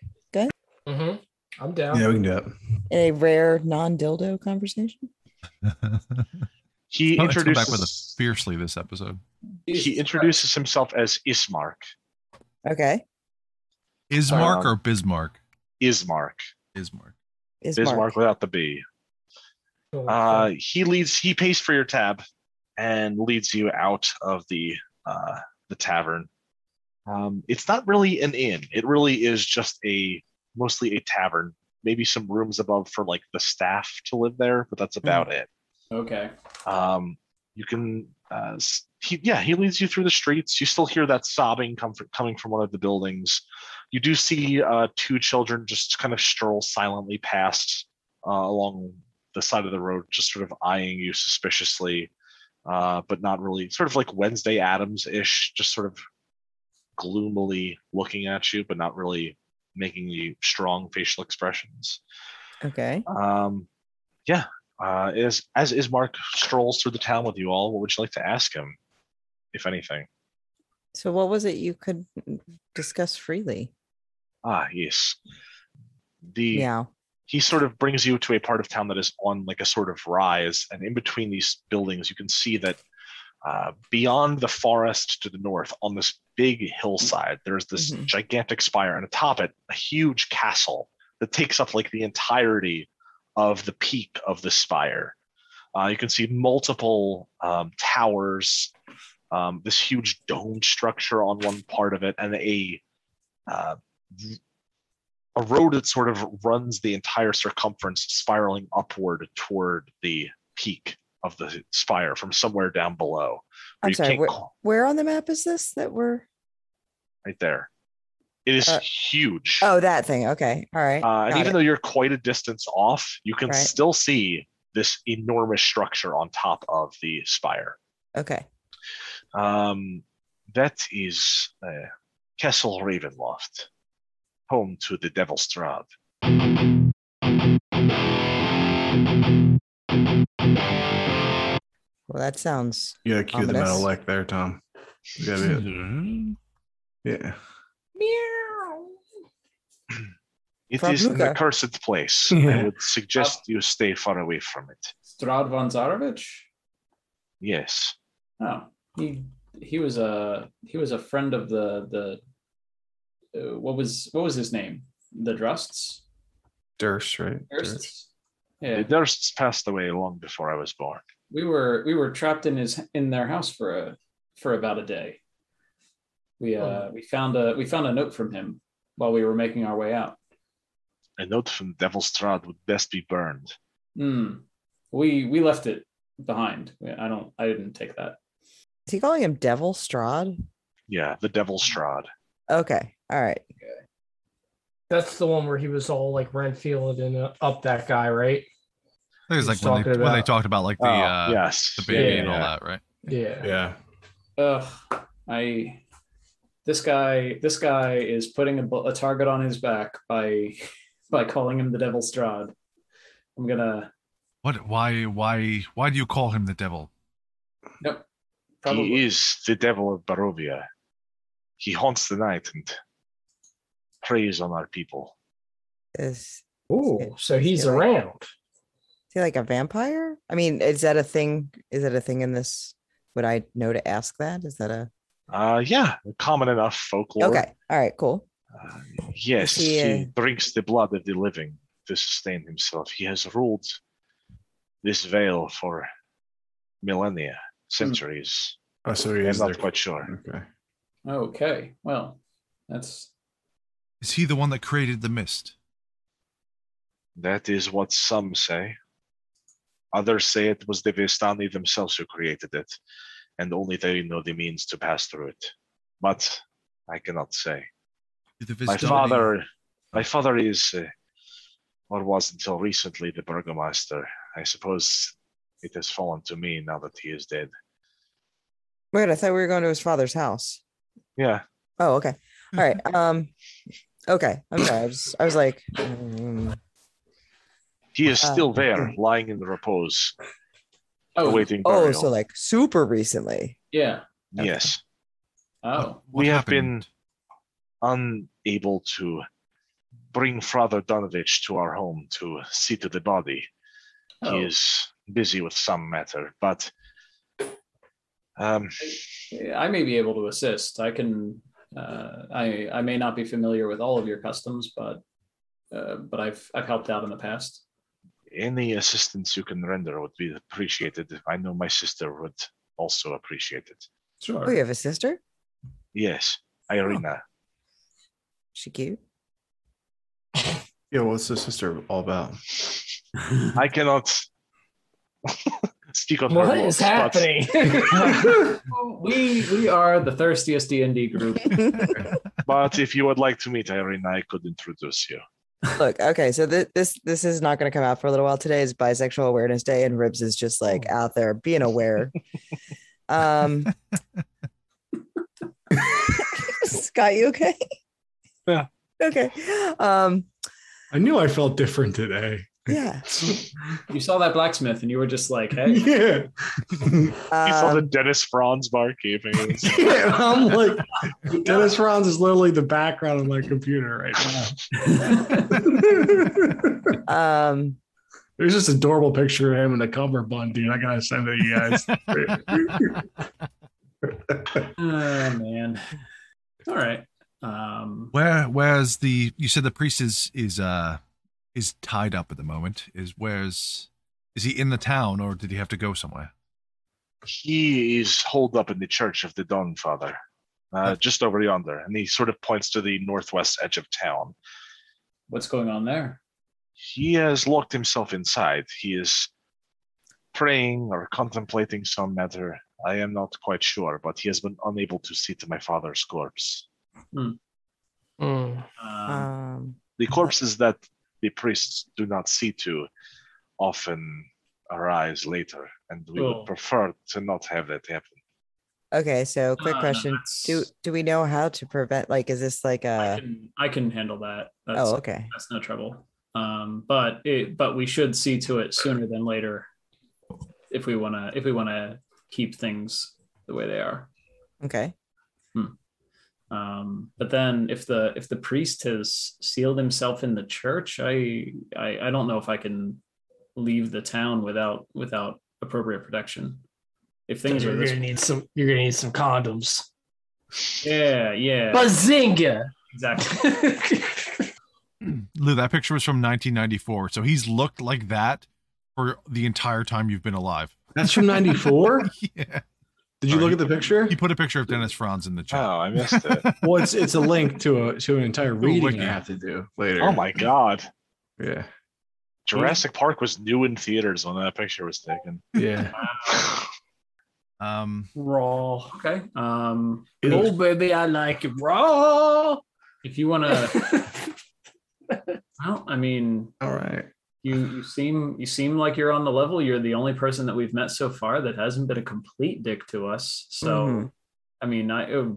E: hmm I'm down.
G: Yeah, we can do that.
D: in a rare non dildo conversation?
B: He
F: Oh, let's come back with
B: introduces
F: a fiercely this episode.
B: he introduces himself as Ismark.
D: Okay,
F: Ismark
B: Sorry,
F: or Bismarck?
B: Ismark.
F: Ismark.
D: is
B: Bismarck
D: Mark?
B: without the B. Uh, he leads. He pays for your tab, and leads you out of the uh, the tavern Um, it's not really an inn. It really is just a mostly a tavern. Maybe some rooms above for like the staff to live there, but that's about it.
C: Okay.
B: Um, you can, uh, s- he, yeah, he leads you through the streets. You still hear that sobbing come fr- coming from one of the buildings. You do see uh, two children just kind of stroll silently past uh, along the side of the road, just sort of eyeing you suspiciously, uh, but not really, sort of like Wednesday Adams ish, just sort of gloomily looking at you, but not really making you strong facial expressions.
D: Okay.
B: Um, yeah. Uh, is as is Mark strolls through the town with you all. What would you like to ask him, if anything?
D: So what was it you could discuss freely?
B: Ah, yes. The
D: Yeah.
B: he sort of brings you to a part of town that is on like a sort of rise, and in between these buildings, you can see that uh, beyond the forest to the north, on this big hillside, there's this
D: Mhm.
B: gigantic spire, and atop it, a huge castle that takes up like the entirety of the peak of the spire. Uh, you can see multiple um, towers, um, this huge dome structure on one part of it, and a uh, a road that sort of runs the entire circumference, spiraling upward toward the peak of the spire from somewhere down below. where
D: I'm
B: you
D: sorry.
B: can't
D: Where,
B: call-
D: where on the map is this that we're?
B: right there. It is
D: Uh,
B: huge.
D: Oh, that thing. Okay. All right.
B: Uh, and
D: Got
B: even
D: it.
B: though you're quite a distance off, you can
D: Right.
B: still see this enormous structure on top of the spire.
D: okay.
B: Um, that is uh, Castle Ravenloft, home to the Devil's Strad.
D: Well, that sounds.
G: You gotta cue the
D: Ominous.
G: metal lick there, Tom. You gotta do it.
B: Mm-hmm.
G: Yeah.
B: It
D: From
B: is an
D: Luca.
B: accursed place. I
G: Yeah.
B: would suggest you stay far away from it.
C: Strad von Zarovich.
B: Yes.
C: Oh, he he was a he was a friend of the the uh, what was what was his name? The Drusts.
G: Durst, right? Durst.
C: Dursts? Yeah,
B: The Dursts passed away long before I was born.
C: we were we were trapped in his in their house for a for about a day. We uh we found a we found a note from him while we were making our way out.
B: A note from Devilstrad would best be burned.
C: Hmm. We we left it behind. I don't I didn't take that.
D: Is he calling him Devil Strad?
B: Yeah, the Devilstrad.
D: Okay. All right.
E: That's the one where he was all like Renfield and uh, up that guy, right?
F: I think it's like
E: He's
F: when they,
E: talking
F: when they
E: about-
F: talked about like
B: Oh,
F: the uh,
B: Ah, yes.
F: the baby
E: Yeah,
F: and all
B: yeah.
F: that, right?
E: Yeah.
G: Yeah.
C: Ugh, I this guy this guy is putting a, bu- a target on his back by by calling him the Devil Strad. I'm gonna
F: What? Why? Why? Why do you call him the devil?
C: probably
B: He is the devil of Barovia. He haunts the night and preys on our people.
D: Is
E: Ooh, so he's
D: Yeah.
E: around.
D: is he like a vampire? I mean, is that a thing? Is that a thing in this? Would I know to ask that? Is that a
B: Uh, yeah, common enough folklore.
D: okay? All right. Cool.
B: Uh, yes,
D: Is he,
B: he,
D: uh,
B: drinks the blood of the living to sustain himself. He has ruled this vale for millennia, centuries.
G: Oh, so he
B: I'm
G: is
B: not
G: there.
B: quite sure.
G: Okay.
C: okay. Well, that's
F: Is he the one that created the mist?
B: That is what some say. Others say it was the Vistani themselves who created it, and only they know the means to pass through it. But I cannot say.
F: Did the
B: My
F: Vistani-
B: father, my father is, uh, or was until recently, the burgomaster. I suppose it has fallen to me now that he is dead.
D: Wait, I thought we were going to his father's house.
B: Yeah,
D: Oh, okay. All right. Um. Okay. I'm sorry. I just I was like, mm,
B: he is
D: Ah.
B: still there, lying in repose,
C: oh
B: awaiting burial.
D: oh, so like super recently.
C: yeah.
D: okay.
B: yes,
C: Oh,
F: What
B: we have
F: happened?
B: unable to bring Father Donovich to our home to see to the body.
C: oh.
B: He is busy with some matter, but um,
C: I may be able to assist. I can. Uh, I I may not be familiar with all of your customs, but uh, but I've I've helped out in the past.
B: any assistance you can render would be appreciated. I know my sister would also appreciate it.
D: Oh,
G: Sure.
D: you have a sister?
B: Yes, Irina.
D: She cute.
H: Yeah, what's the sister all about?
B: I cannot speak on her
E: What
B: looks,
E: is
B: but
E: happening?
D: Oh,
C: we we are the thirstiest D and D group.
B: But if you would like to meet Irina, I could introduce you.
D: Look, okay, so th- this this is not going to come out for a little while. Today is Bisexual Awareness Day, and Ribs is just like out there being aware. um, Scott, you okay?
G: Yeah.
D: Okay. Um,
G: I knew I felt different today.
D: yeah.
C: You saw that blacksmith, and you were just like, "Hey,
G: Yeah.
B: You saw the
D: Um,
B: Dennis Franz barkeeping.
G: yeah. I'm like, Dennis Franz is literally the background on my computer right now.
D: um,
G: There's this adorable picture of him in a cover bun, dude. I gotta send it to you guys.
C: oh man." All right. Um,
A: Where where's the you said the priest is is uh is tied up at the moment. Is where's is he in the town or did he have to go somewhere?
B: he is holed up in the church of the Don Father, uh, just over yonder, and he sort of points to the northwest edge of town.
C: what's going on there?
B: He has locked himself inside. He is praying or contemplating some matter. I am not quite sure, but he has been unable to see to my father's corpse.
E: Mm.
C: Um,
D: um,
B: The corpses that the priests do not see to often arise later, and we
C: Oh.
B: would prefer to not have that happen.
D: okay, so quick
C: Uh,
D: question: Do
C: that's-
D: do we know how to prevent? Like, is this like
C: I
D: a?
C: can I can handle that. That's,
D: Oh, okay.
C: that's no trouble. Um, but it, but we should see to it sooner than later, if we wanna if we wanna keep things the way they are.
D: Okay.
C: Um, but then if the if the priest has sealed himself in the church, I, I I don't know if I can leave the town without without appropriate protection. If things are
E: You're
C: this,
E: gonna need some. You're gonna need some condoms.
C: yeah, yeah,
E: Bazinga!
C: exactly.
A: Lou, that picture was from 1994, so he's looked like that for the entire time you've been alive.
G: That's from 94.
A: Yeah.
H: Did you look at the picture?
A: He put a picture of Dennis Franz in the
B: Oh,
A: chat.
B: I missed it.
G: Well, it's it's a link to a to an entire reading
A: wiki.
G: I have to do later.
B: oh my god.
H: Yeah.
B: Jurassic Park was new in theaters when that picture was taken.
G: Yeah.
A: Um,
E: raw.
C: okay. Um,
E: Oh baby, I like it raw.
C: if you
E: Uh,
C: wanna, well, I mean,
H: All right.
C: you you seem you seem like you're on the level. You're the only person that we've met so far that hasn't been a complete dick to us. So.
D: Mhm.
C: I mean, I, uh,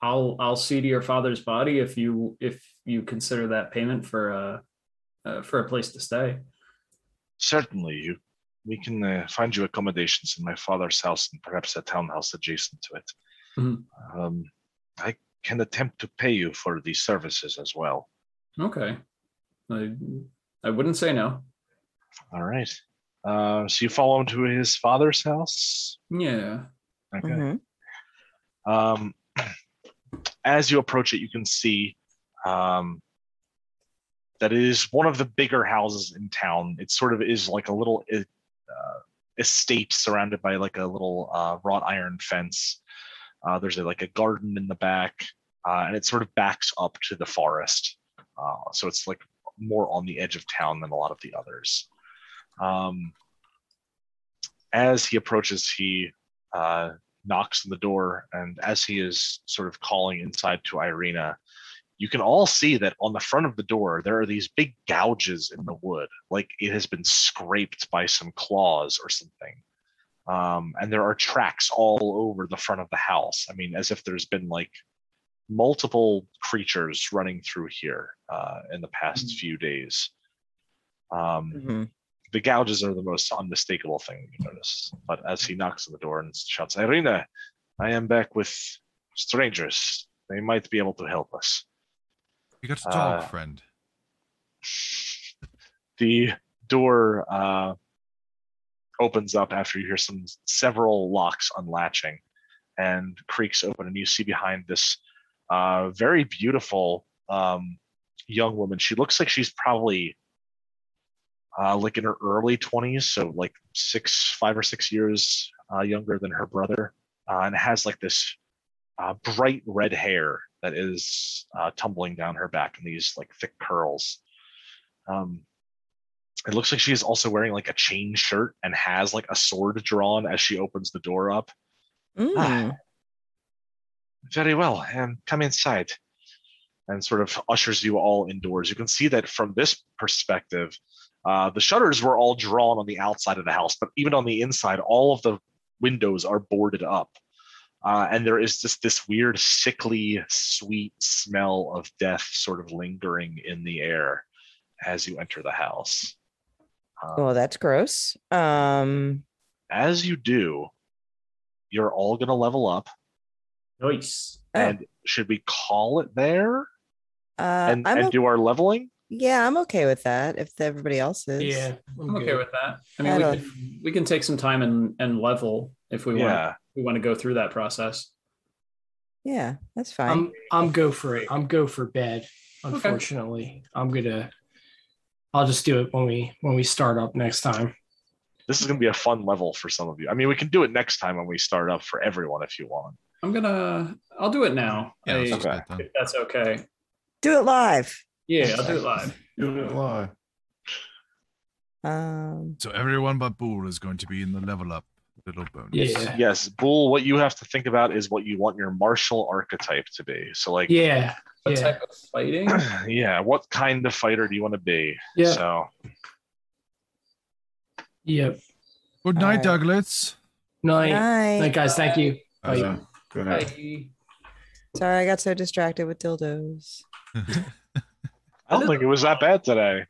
C: I'll I'll see to your father's body if you if you consider that payment for a uh, for a place to stay.
B: Certainly, you. We can uh, find you accommodations in my father's house and perhaps a townhouse adjacent to it.
C: Mhm.
B: Um, I can attempt to pay you for these services as well.
C: Okay, I I wouldn't say no.
B: All right. Uh, so you follow him to his father's house.
C: Yeah.
B: Okay.
D: Mhm.
B: Um, as you approach it, you can see um, that it is one of the bigger houses in town. It sort of is like a little uh, estate surrounded by like a little uh, wrought iron fence. Uh, there's a, like a garden in the back, uh, and it sort of backs up to the forest. Uh, so it's like more on the edge of town than a lot of the others. Um, as he approaches, he uh, knocks on the door, and as he is sort of calling inside to Irina, you can all see that on the front of the door there are these big gouges in the wood, like it has been scraped by some claws or something. Um, and there are tracks all over the front of the house. I mean, as if there's been like multiple creatures running through here uh, in the past
C: Mhm.
B: few days. Um,
D: Mhm.
B: the gouges are the most unmistakable thing you notice. But as he knocks on the door and shouts, Irina, I am back with strangers. They might be able to help us.
A: you got a dog
B: Uh,
A: friend.
B: The door uh, opens up after you hear some several locks unlatching and creaks open, and you see behind this uh, very beautiful um, young woman. She looks like she's probably uh, like in her early 20s, so like six, five or six years uh, younger than her brother, uh, and has like this uh, bright red hair that is uh, tumbling down her back in these like thick curls. Um, it looks like she is also wearing like a chain shirt and has like a sword drawn as she opens the door up.
D: Mm.
B: Very well, um, come inside. And sort of ushers you all indoors. You can see that from this perspective, uh, the shutters were all drawn on the outside of the house, but even on the inside, all of the windows are boarded up. Uh, and there is just this weird, sickly, sweet smell of death sort of lingering in the air as you enter the house. Um,
D: Oh, that's gross. Um,
B: as you do, you're all going to level up.
C: Nice.
D: Oh.
B: And should we call it there
D: uh,
B: and,
D: I'm
B: and
D: o-
B: do our leveling?
D: yeah, I'm okay with that if everybody else is.
E: Yeah,
C: I'm okay
E: good.
C: with that. I
D: I
C: mean, we
D: don't-
C: can, we can take some time and, and level if we want.
B: Yeah.
C: We want to go through that process.
D: Yeah, that's fine.
E: I'm I'm go for it. I'm go for bed. Unfortunately, I'm gonna. I'll just do it when we when we start up next time.
B: This is going to be a fun level for some of you. I mean, we can do it next time when we start up for everyone if you want.
C: I'm gonna. I'll do it now.
F: Yeah,
C: I-
F: let's just
B: Okay.
F: get done.
C: if that's okay.
D: Do it live.
C: Yeah, I'll do it live.
H: Doing it live.
D: Um,
F: So everyone but Bool is going to be in the level up little bonus.
E: Yeah.
B: Yes, Bull, what you have to think about is what you want your martial archetype to be. So, like,
E: Yeah,
C: What
E: Yeah.
C: type of fighting?
B: yeah, what kind of fighter do you want to be?
E: yeah,
B: So,
E: yep.
F: Good night,
D: Alright.
F: Douglas.
E: Night.
D: night.
E: Night, guys. Thank you. Bye.
H: Uh, Good night.
C: I-
D: Sorry, I got so distracted with dildos.
B: I don't think it was that bad today.